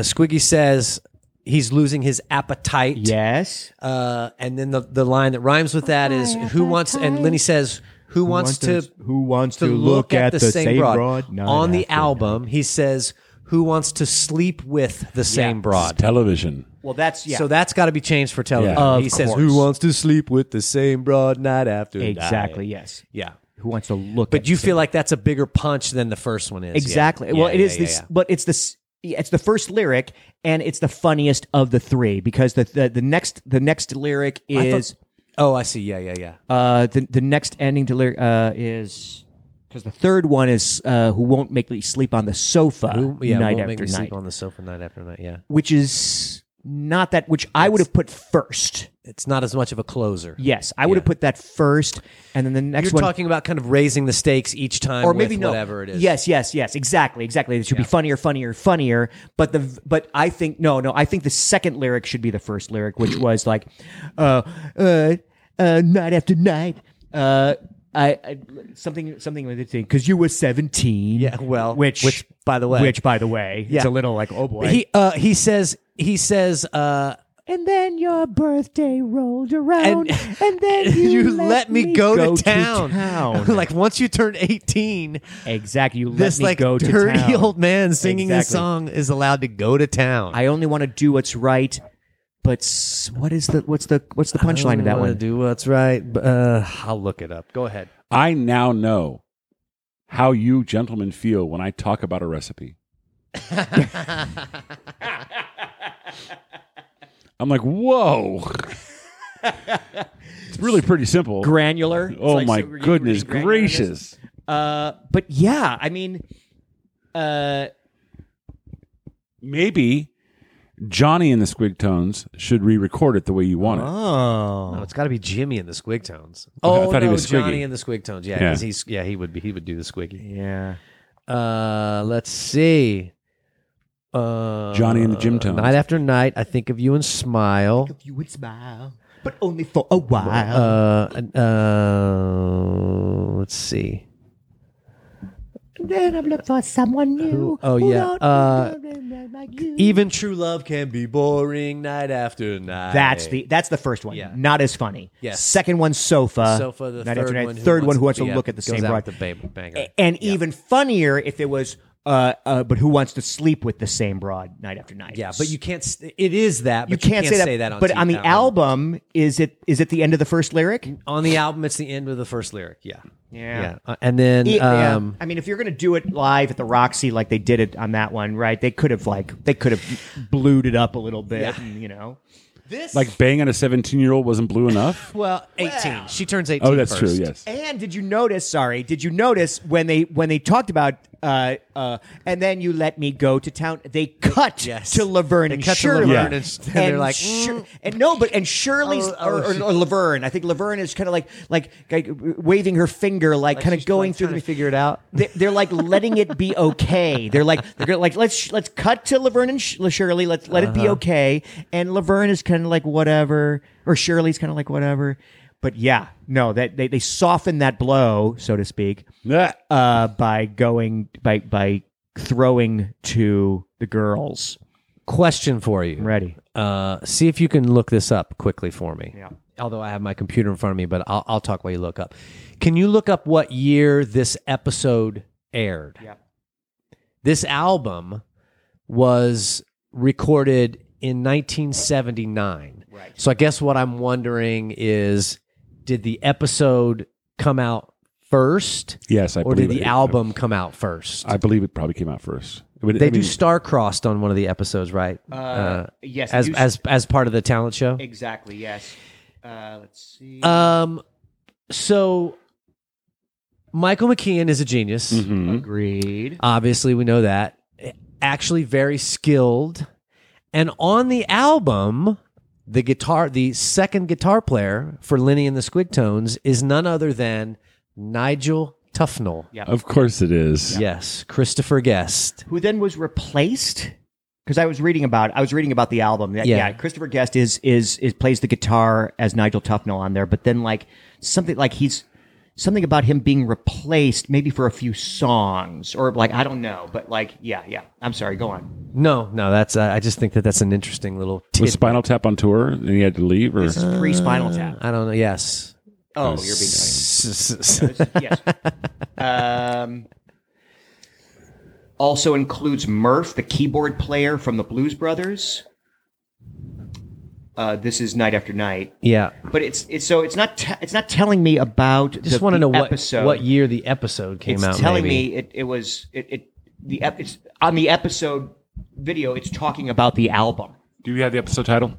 Squiggy says he's losing his appetite.
yes
Uh, and then the, the line that rhymes with that is, who wants, and Lenny says, who, wants, to,
who wants
to look at the, same, broad? on the album, he says, who wants to sleep with the same broad?
Television.
well that's yeah
So that's got to be changed for television.
Yeah.
Of
He says,
course.
"Who wants to sleep with the same broad night after night?"
exactly yes
Yeah.
who wants to look at
But
the
you
same
feel like that's a bigger punch than the first one is.
Exactly.
Yeah.
well,
Yeah,
it
yeah,
is
yeah,
this,
yeah.
but it's this. It's the first lyric, and it's the funniest of the three because the the, the next the next lyric
I thought-
is
Oh, I see. Yeah, yeah, yeah.
uh the the next ending to lyric uh is because the third one is uh who won't make me sleep on the sofa
yeah,
night
won't
after
make me
night,
sleep on the sofa night after night. Yeah,
which is not that which I would have put first.
it's not as much of a closer.
Yes, I would have put that first, and then the next one.
You're talking about kind of raising the stakes each time,
or maybe
with
no.
whatever it is.
Yes, yes, yes. Exactly, exactly. It should be funnier, funnier, funnier. But the but I think no, no. I think the second lyric should be the first lyric, which was like, uh, uh, uh night after night, uh. I, I something something with thing because you were seventeen.
Yeah, well,
which
which, by the way-
which by the way,
Yeah.
it's a little like oh boy.
He uh, he says he says uh,
and then your birthday rolled around,
And-
and, then you,
you let me go, to town.
town.
like once you turn 18,
exactly, you let
this
me
like
go to
dirty
town.
old man singing this
Exactly.
song is allowed to go to town.
I only want to do what's right. But s- what is the what's the what's the punchline of that one?
do what's right. But, uh, I'll look it up. Go ahead.
I now know how you gentlemen feel when I talk about a recipe. I'm like, whoa. it's really pretty simple.
granular. It's
oh
like,
my
so were you
goodness
reading granular in this?
gracious.
Uh, but yeah, I mean, uh,
Maybe Johnny and the Squig Tones should re record it the way you want it.
oh,
No, it's got to be Jimmy and the Squigtones.
I
Oh,
thought he
no,
was Squiggy.
Johnny and the Squigtones. Yeah,
Yeah.
'cause he's yeah he would be he would do the Squiggy.
yeah.
Uh, let's see. Uh,
Johnny and the Jim Tones.
Night after night, I think of you and smile.
You would smile, but only for a while.
Uh, uh, let's see.
then I'm looking for someone new.
oh,
who
yeah,
don't
uh,
know like you.
Even true love can be boring night after night.
that's the that's the first one.
Yeah.
Not as funny.
Yes.
Second one, sofa.
sofa. The
uh, Night
third
after night.
one.
Third one, who wants to
yeah,
look at the
goes
same
out
broad?
with The ba- banger.
and even funnier if it was. Uh, uh, but who wants to sleep with the same broad night after night?
yeah, but you can't. s- It is that.
you
But
can't, say, that,
on
but
TV
on the album, is it is it the end of the first lyric?
on the album, it's the end of the first lyric. Yeah.
Yeah.
Uh, and then
It- yeah.
um,
I mean, if you're going to do it live at the Roxy like they did it on that one, right? They could have like they could have blued it up a little bit, and, you know.
this
like banging a 17 year old wasn't blue enough.
well, eighteen. She turns eighteen.
oh, that's true.
first.
Yes.
And did you notice? Sorry, did you notice when they when they talked about uh uh and then you let me go to town? They cut
Yes.
to Laverne
They
and
cut to
Shirley.
Laverne and- and they're like,
Shir-
"Mm."
and no, but and Shirley's
Oh, oh,
or, or,
she-
or Laverne. I think Laverne is kind of like like like waving her finger, like, kind of
she's,
going
like,
through
trying
the-
to figure it out.
They- They're like letting it be okay. They're like they're gonna, like let's let's cut to Laverne and Sh- Shirley. Let's let it be
Uh-huh.
okay. And Laverne is kind of like whatever, or Shirley's kind of like whatever. But yeah, no, that they, they soften that blow, so to speak,
Ah.
uh, by going by by throwing to the girls.
Question for you.
I'm ready.
Uh, see if you can look this up quickly for me. Yeah. Although I have my computer in front of me, but I'll, I'll talk while you look up. Can you look up what year this episode aired?
Yep.
This album was recorded in 1979.
Right.
So I guess what I'm wondering is did the episode come out first
Yes, I
or
believe
did the
it.
album come out first?
I believe it probably came out first. I mean,
they
I
do
mean,
star-crossed on one of the episodes, right? Uh,
yes,
as
you-
as as part of the talent show.
exactly. Yes. Uh, let's see.
Um, so Michael McKean is a genius.
Mm-hmm.
mhm.
Agreed.
Obviously, we know that. Actually, very skilled. And on the album, the guitar, the second guitar player for Lenny and the Squigtones is none other than Nigel Tufnell.
Yeah.
Of course it is.
Yes, Christopher Guest.
who then was replaced because I was reading about I was reading about the album. Yeah,
Yeah.
yeah, Christopher Guest is is is plays the guitar as Nigel Tufnell on there, but then like something like he's something about him being replaced maybe for a few songs or like I don't know, but like yeah, yeah. I'm sorry, go on.
No, no, that's. Uh, I just think that that's an interesting little. Tidbit.
Was Spinal Tap on tour and he had to leave? Or
This is pre Spinal Tap.
I don't know. Yes.
Oh, you're being funny.
being.
yes. Um, also includes Murph, the keyboard player from the Blues Brothers. Uh, this is night after night.
yeah.
But it's it's so it's not te- it's not telling me about
Just
the,
want to
the
know what
episode.
what year the episode came
it's
out.
telling
maybe.
me it, it was it, it the ep- it's on the episode video. It's talking about the album.
do you have the episode title?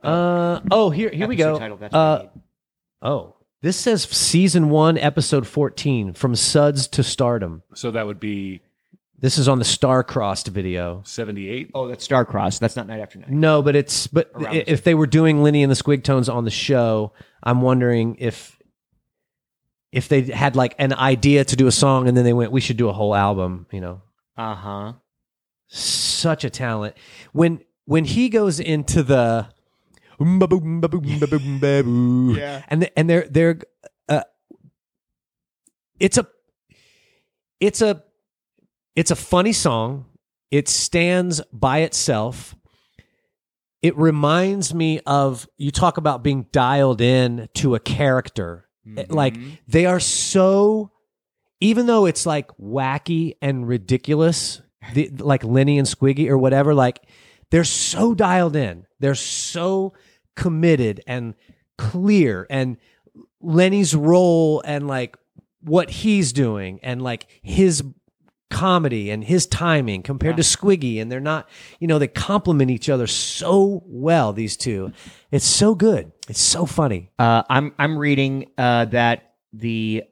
Uh, oh, here here we
Episode
go.
title, that's what I
uh, oh, this says season one, episode fourteen, from Suds to Stardom.
So that would be
This is on the Starcrossed video.
78.
Oh, that's Starcross. That's not night after night.
No, but it's but
Around
i- if they were doing Lenny and the Squigtones on the show, I'm wondering if if they had like an idea to do a song and then they went, we should do a whole album. You know,
Uh huh.
such a talent. When when he goes into the ba-boom, ba-boom, ba-boom, ba-boo,
Yeah.
and the, and they're they're uh, it's a it's a it's a funny song. It stands by itself. It reminds me of you talk about being dialed in to a character. It- Like they are so even though it's like wacky and ridiculous, the, like Lenny and Squiggy or whatever, like they're so dialed in. They're so committed and clear. And Lenny's role and like what he's doing and like his comedy and his timing compared to Squiggy and they're not you know they complement each other so well these two it's so good it's so funny
Uh, I'm I'm reading uh, that the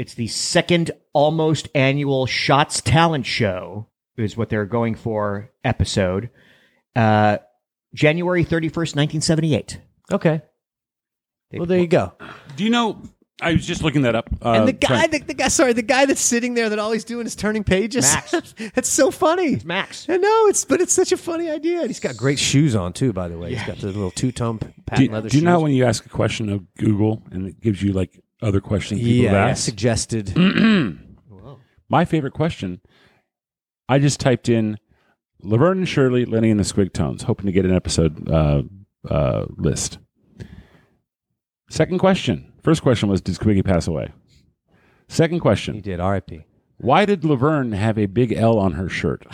it's the second almost annual Shots Talent Show is what they're going for episode. Uh, January 31st, 1978.
okay
They-
well there you go
Do you know? I was just looking that up. Uh,
and the guy
Trent.
the, the guy sorry the guy that's sitting there that all he's doing is turning pages
Max.
that's so funny
It's Max.
I know it's, but it's such a funny idea. And he's got great shoes on too, by the way. He's got the little two tone patent
do,
leather.
do you
shoes.
know how when you ask a question of Google and it gives you like other questions people
yeah,
have
yeah,
asked?
suggested.
Mm. My favorite question. I just typed in Laverne and Shirley, Lenny and the Squig Tones, hoping to get an episode uh, uh, list. Second question. First question was, did Squiggy pass away? Second
He
question.
did. R.I.P.
Why did Laverne have a big L on her shirt?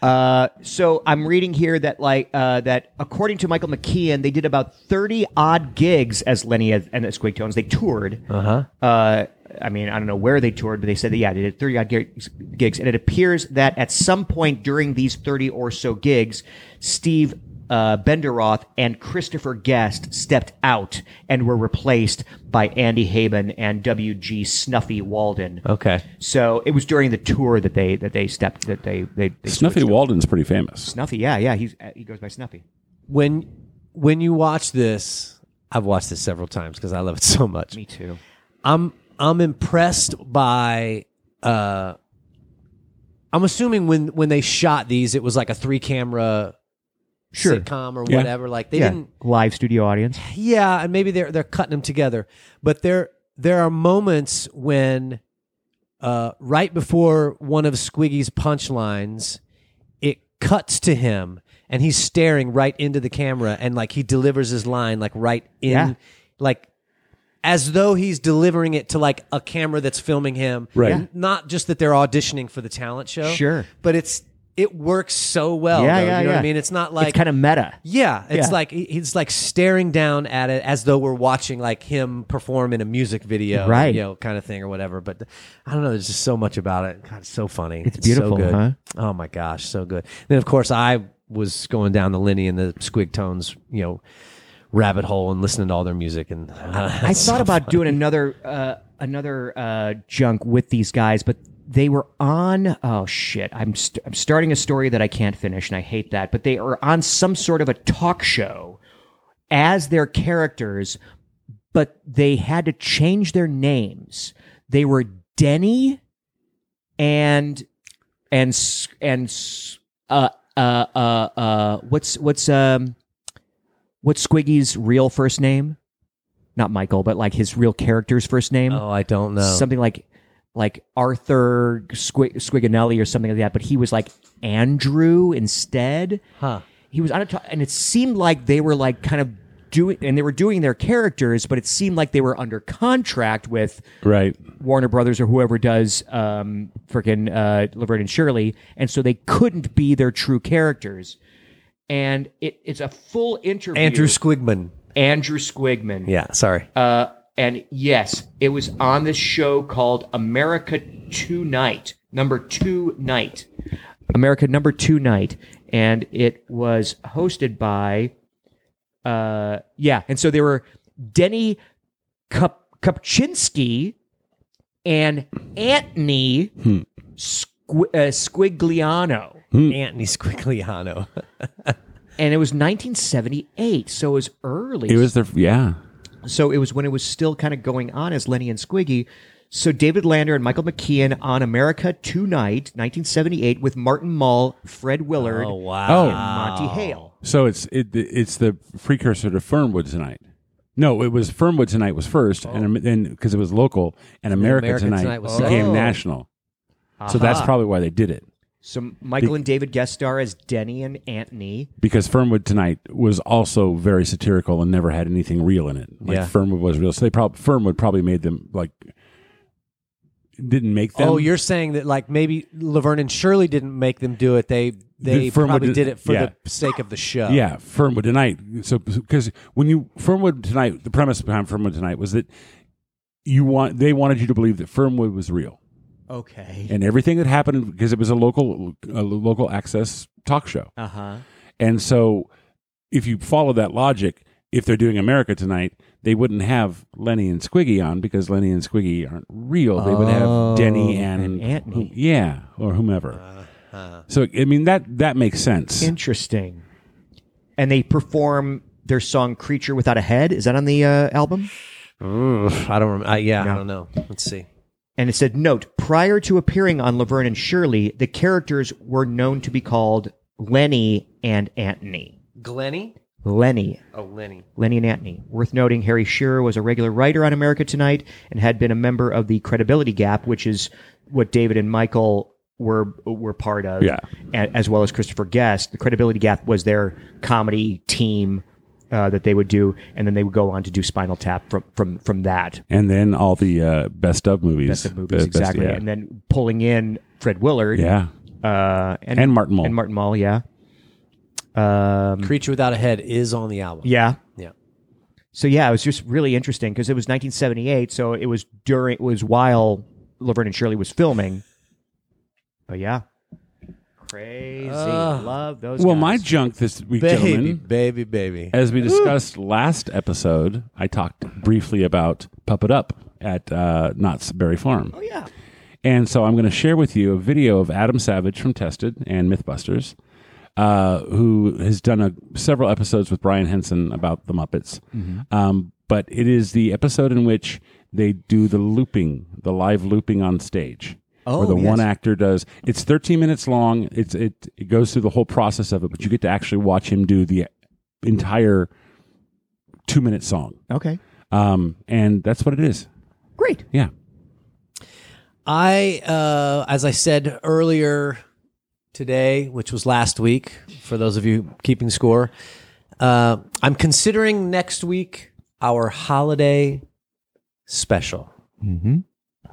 Uh, so I'm reading here that like uh, that according to Michael McKean, they did about 30 odd gigs as Lenny and the Squig Tones. They toured. Uh-huh. I mean, I don't know where they toured, but they said that yeah, they did 30 odd gigs, gigs. And it appears that at some point during these 30 or so gigs, Steve uh, Benderoth and Christopher Guest stepped out and were replaced by Andy Haben and W.G. Snuffy Walden.
Okay.
So it was during the tour that they that they stepped that they they, they
Snuffy
switched up.
Walden's pretty famous.
Snuffy, yeah, yeah, he's uh, he goes by Snuffy.
When when you watch this, I've watched this several times because I love it so much.
Me too.
I'm I'm impressed by. uh I'm assuming when when they shot these, it was like a three camera
Sure.
sitcom or
Yeah.
whatever. Like they
yeah,
didn't
live studio audience.
Yeah, and maybe they're they're cutting them together. But there there are moments when uh, right before one of Squiggy's punchlines, it cuts to him and he's staring right into the camera and like he delivers his line like right in
Yeah.
like as though he's delivering it to like a camera that's filming him.
Right.
N- Not just that they're auditioning for the talent show.
Sure.
But it's it works so well.
Yeah,
though,
yeah,
you know what
yeah.
I mean? It's not like
it's kind of meta.
yeah, it's
Yeah.
like he- he's like staring down at it as though we're watching like him perform in a music video,
Right.
You know, kind of thing or whatever. But I don't know. There's just so much about it. God, it's so funny. It's,
beautiful,
so good.
huh?
Oh my gosh, so good. Then of course I was going down the Lenny and the Squig Tones, you know, rabbit hole and listening to all their music. And
I thought about doing another uh, another uh, junk with these guys, but they were on. Oh shit! I'm st- I'm starting a story that I can't finish, and I hate that. But they are on some sort of a talk show as their characters, but they had to change their names. They were Denny and and s- and s- uh uh uh uh what's what's um what's Squiggy's real first name? Not Michael, but like his real character's first name.
oh, I don't know.
Something like like Arthur Squig- Squiganelli or something like that, but he was like Andrew instead
huh?
he was on a talk, and it seemed like they were like kind of doing, and they were doing their characters, but it seemed like they were under contract with
Right.
Warner Brothers or whoever does um, freaking uh, Laverne and Shirley, and so they couldn't be their true characters. And it, it's a full interview.
Andrew Squigman.
Andrew Squigman.
Yeah, sorry.
Uh, and yes, it was on this show called America Tonight, number two night, America number two night, and it was hosted by, uh, yeah, and so there were Denny Kup- Kupczynski and Antony
Hmm.
Squi- uh, Squigliano
Anthony Squigliano.
and it was 1978 so it was early
It was their, yeah.
So it was when it was still kind of going on as Lenny and Squiggy. So David Lander and Michael McKean on America Tonight, 1978, with Martin Mull, Fred Willard,
oh
Oh.
wow.
and Monty Hale.
So it's it it's the precursor to Fernwood tonight. No, it was Fernwood tonight was first, and then because it was local, and America,
Oh. America
tonight,
Tonight was Oh.
became
second.
national. So that's probably why they did it
So Michael and David guest star as Denny and Antony.
because Fernwood tonight was also very satirical and never had anything real in it. Like
Yeah.
Fernwood was real, so they probably Fernwood probably made them like didn't make them.
Oh, you're saying that like maybe Laverne and Shirley didn't make them do it. They they
The firm
probably
would-
did it for
yeah.
the sake of the
Uh,
show.
Yeah, Firmwood Tonight. So because when you Firmwood Tonight, the premise behind Firmwood Tonight was that you want they wanted you to believe that Firmwood was real
Okay.
and everything that happened because it was a local a local access talk show.
Uh
Uh-huh.
huh.
And so if you follow that logic, if they're doing America Tonight, they wouldn't have Lenny and Squiggy on because Lenny and Squiggy aren't real. They would
Oh,
have Denny and,
and Antony. Uh-huh.
who- yeah, or whomever. So I mean that that makes sense.
Interesting. And they perform their song "Creature Without a Head." Is that on the uh, album?
Oof, I don't. Rem- I, yeah, I
No.
don't know. Let's see.
And it said, "Note: Prior to appearing on Laverne and Shirley, the characters were known to be called Lenny and Antony.
Glenny.
Lenny
Oh, Lenny.
Lenny and Antony. Worth noting, Harry Shearer was a regular writer on America Tonight and had been a member of the Credibility Gap, which is what David and Michael were were part of,
Yeah.
a- as well as Christopher Guest. The Credibility Gap was their comedy team uh, that they would do, and then they would go on to do Spinal Tap from from from that
and then all the uh, best of movies.
best of movies
The best-
exactly,
yeah.
and then pulling in Fred Willard,
yeah.
uh, and,
And Martin Mull.
and Martin Mull, yeah, um,
Creature Without a Head is on the album.
yeah,
Yeah.
So yeah, it was just really interesting because it was 1978, so it was during it was while Laverne and Shirley was filming. But yeah, crazy.
Ugh.
Love those.
Well,
guys.
my junk this week,
Baby,
gentlemen,
baby, baby.
as we discussed last episode, I talked briefly about Puppet Up at uh, Knott's Berry Farm.
oh yeah,
And so I'm going to share with you a video of Adam Savage from Tested and Mythbusters, uh, who has done a, several episodes with Brian Henson about the Muppets.
Mm-hmm.
Um, but it is the episode in which they do the looping, the live looping on stage.
Oh,
where the
yes.
one actor does it's 13 minutes long it's it, it goes through the whole process of it but you get to actually watch him do the entire two minute song
okay,
um, and that's what it is
great.
yeah
I, uh, as I said earlier today, which was last week, for those of you keeping score, uh, I'm considering next week our holiday special.
Mm-hmm.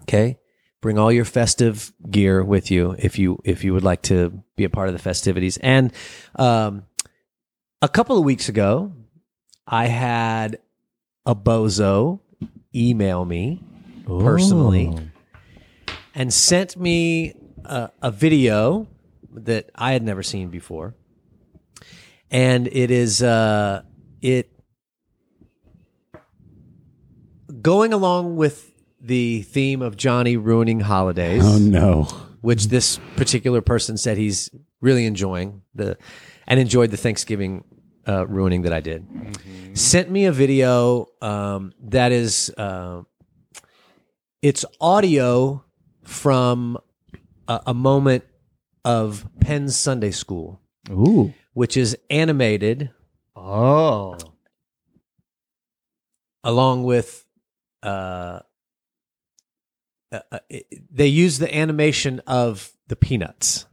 Okay, bring all your festive gear with you if you if you would like to be a part of the festivities. And um, a couple of weeks ago, I had a bozo email me personally and sent me a, a video that I had never seen before, and it is uh, it going along with the theme of Johnny ruining holidays,
oh no
which this particular person said he's really enjoying the and enjoyed the Thanksgiving uh, ruining that I did. Sent me a video um, that is uh, it's audio from a, a moment of Penn's Sunday School,
Ooh.
which is animated
Oh.
along with uh, uh, uh, it- they use the animation of the peanuts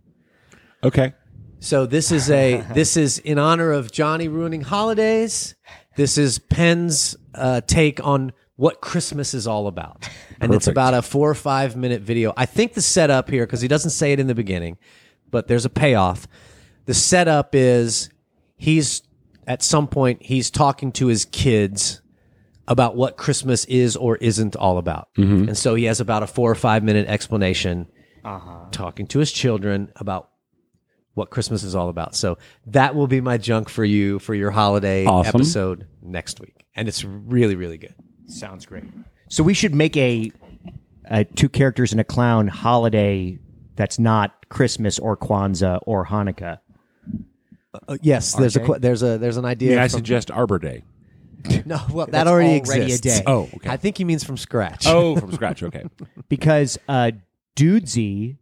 okay
so this is a this is in honor of johnny ruining holidays this is penn's uh, take on what christmas is all about and it's
Perfect.
about a four or five minute video i think the setup here because he doesn't say it in the beginning but there's a payoff the setup is he's at some point he's talking to his kids about what Christmas is or isn't all about. And so he has about a four or five minute explanation talking to his children about what Christmas is all about. So that will be my junk for you for your holiday
Awesome.
episode next week. And it's really, really good.
Sounds great. So we should make a, a two characters and a clown holiday that's not Christmas or Kwanzaa or Hanukkah.
Uh, yes, there's a
RJ?
qu- there's a there's an idea.
Yeah, I
from-
suggest Arbor Day.
No, well, that
That's
already,
already a
exists.
day.
Oh, okay.
I think he means from scratch.
Oh, from scratch. Okay.
because uh, Dudesy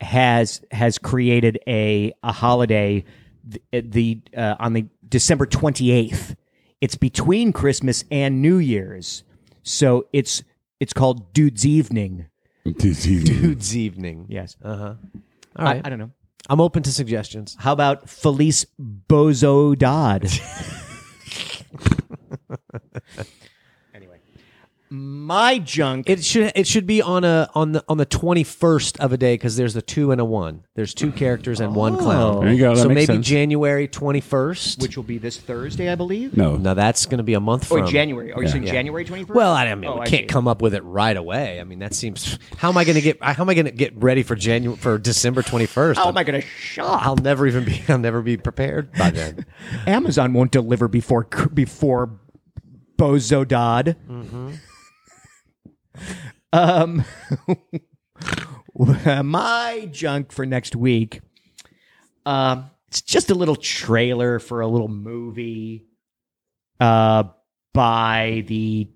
has has created a a holiday the, the uh, on the December twenty eighth. It's between Christmas and New Year's, so it's it's called Dude's Evening.
Dude's evening.
Yes,
All right.
I, I don't know.
I'm open to suggestions.
How about Felice Bozo Dodd? anyway, my junk.
It should it should be on a on the on the twenty first of a day because there's the two and a one. There's two characters and one clown.
Oh. There you go, that
so
makes
maybe
sense.
January twenty first.
which will be this Thursday, I believe.
No,
now that's going to be a month
Or
from
January. Are you saying
Yeah.
January 21st?
Well, I, I mean,
Oh,
we
I
can't
see.
come up with it right away. I mean, that seems. How am I going to get? How am I going to get ready for January for December twenty first?
How am I going to shop?
I'll never even be. I'll never be prepared by then.
Amazon won't deliver before before Bozo Dodd. Um, my junk for next week. Um, it's just a little trailer for a little movie, uh, by the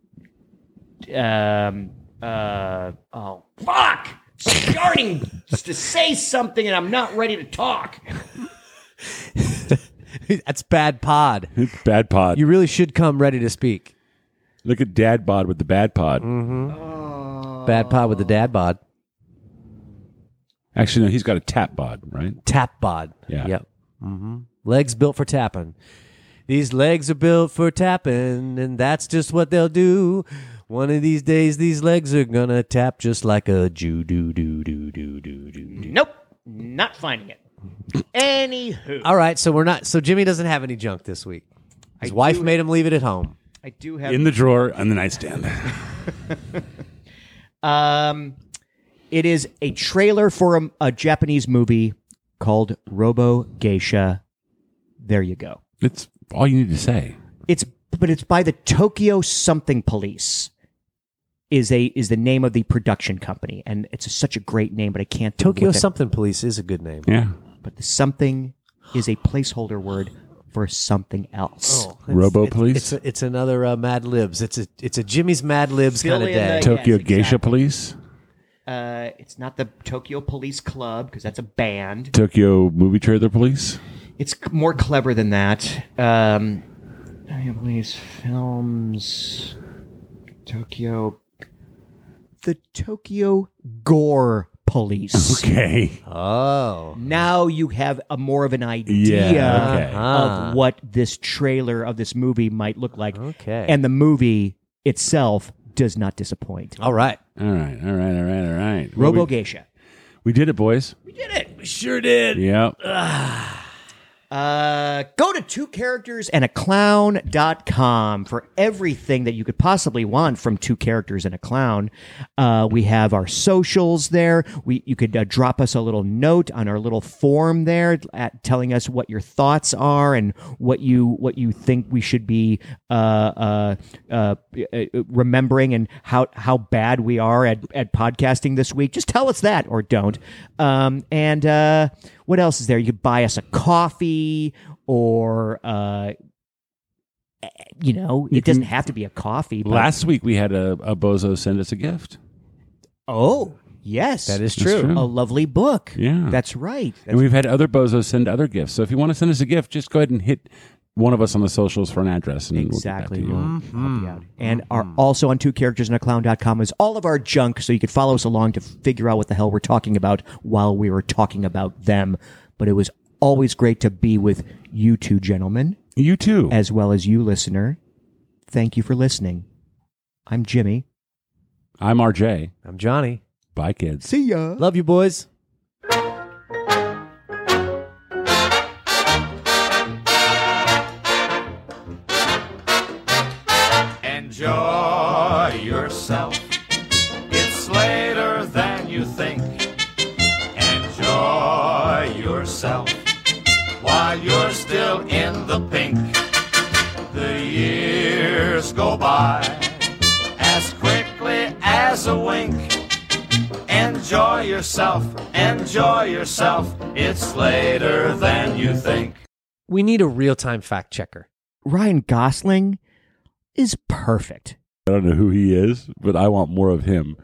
um uh oh fuck starting to say something and I'm not ready to talk.
That's bad pod.
bad pod.
You really should come ready to speak.
Look at dad bod with the bad pod.
Bad pod with the dad bod.
Actually, no, he's got a tap bod, right?
Tap bod.
Yeah.
Yep. hmm Legs built for tapping. These legs are built for tapping, and that's just what they'll do. One of these days, these legs are gonna tap just like a Jew. Do do do do do do. do.
Nope, not finding it. Anywho,
All right, so we're not. So Jimmy doesn't have any junk this week. His
I
wife
do-
made him leave it at home.
I do have
In the drawer on the nightstand.
um, it is a trailer for a, a Japanese movie called Robo Geisha. There you go.
It's all you need to say.
It's but it's by the Tokyo Something Police. Is a is the name of the production company, and it's such a great name, but I can't think
Tokyo
with it.
something police is a good name.
Yeah.
But the something is a placeholder word for something else.
it's-
Robo
it's-
police?
It's, a, it's another uh, Mad Libs. It's a it's a Jimmy's Mad Libs
Fill
kind of
in the-
day.
Tokyo
Yes,
Geisha
exactly.
Police,
Uh, it's not the Tokyo Police Club because that's a band.
Tokyo Movie Trailer Police.
It's c- more clever than that. Um, I mean, please, films, Tokyo, the Tokyo Gore Police.
Okay.
Oh,
Now you have a more of an idea
Yeah, okay.
Ah.
of what this trailer of this movie might look like.
Okay.
and the movie itself does not disappoint.
all right.
All right. All right. All right. All right. Well,
Robo
we,
Geisha.
we did it, boys.
We did it.
We sure did.
Yep.
Uh, go to two characters and a clown.com for everything that you could possibly want from two characters and a clown. Uh, we have our socials there. We, you could uh, drop us a little note on our little form there at telling us what your thoughts are and what you, what you think we should be, uh, uh, uh, uh, remembering and how, how bad we are at, at podcasting this week. Just tell us that or don't. Um, and, uh, what else is there? You could buy us a coffee or, uh, you know, it doesn't have to be a coffee. But,
Last week we had a, a bozo send us a gift.
oh, yes.
That is
That's
true.
true.
a lovely book.
Yeah.
That's right.
and we've had other bozos send other gifts. So if you want to send us a gift, just go ahead and hit one of us on the socials for an address. And
exactly.
We'll get back to you.
Help you out. And are also on two characters and a clown.com is all of our junk. So you could follow us along to figure out what the hell we're talking about while we were talking about them. But it was always great to be with you two gentlemen.
You too.
as well as you, listener. Thank you for listening. I'm Jimmy.
I'm RJ.
I'm Johnny.
Bye, kids.
See ya.
Love you, boys.
Enjoy yourself. It's later than you think. Enjoy yourself while you're still in the pink. The years go by as quickly as a wink. Enjoy yourself, enjoy yourself. It's later than you think.
We need a real time fact checker.
Ryan Gosling is perfect.
I don't know who he is, but I want more of him.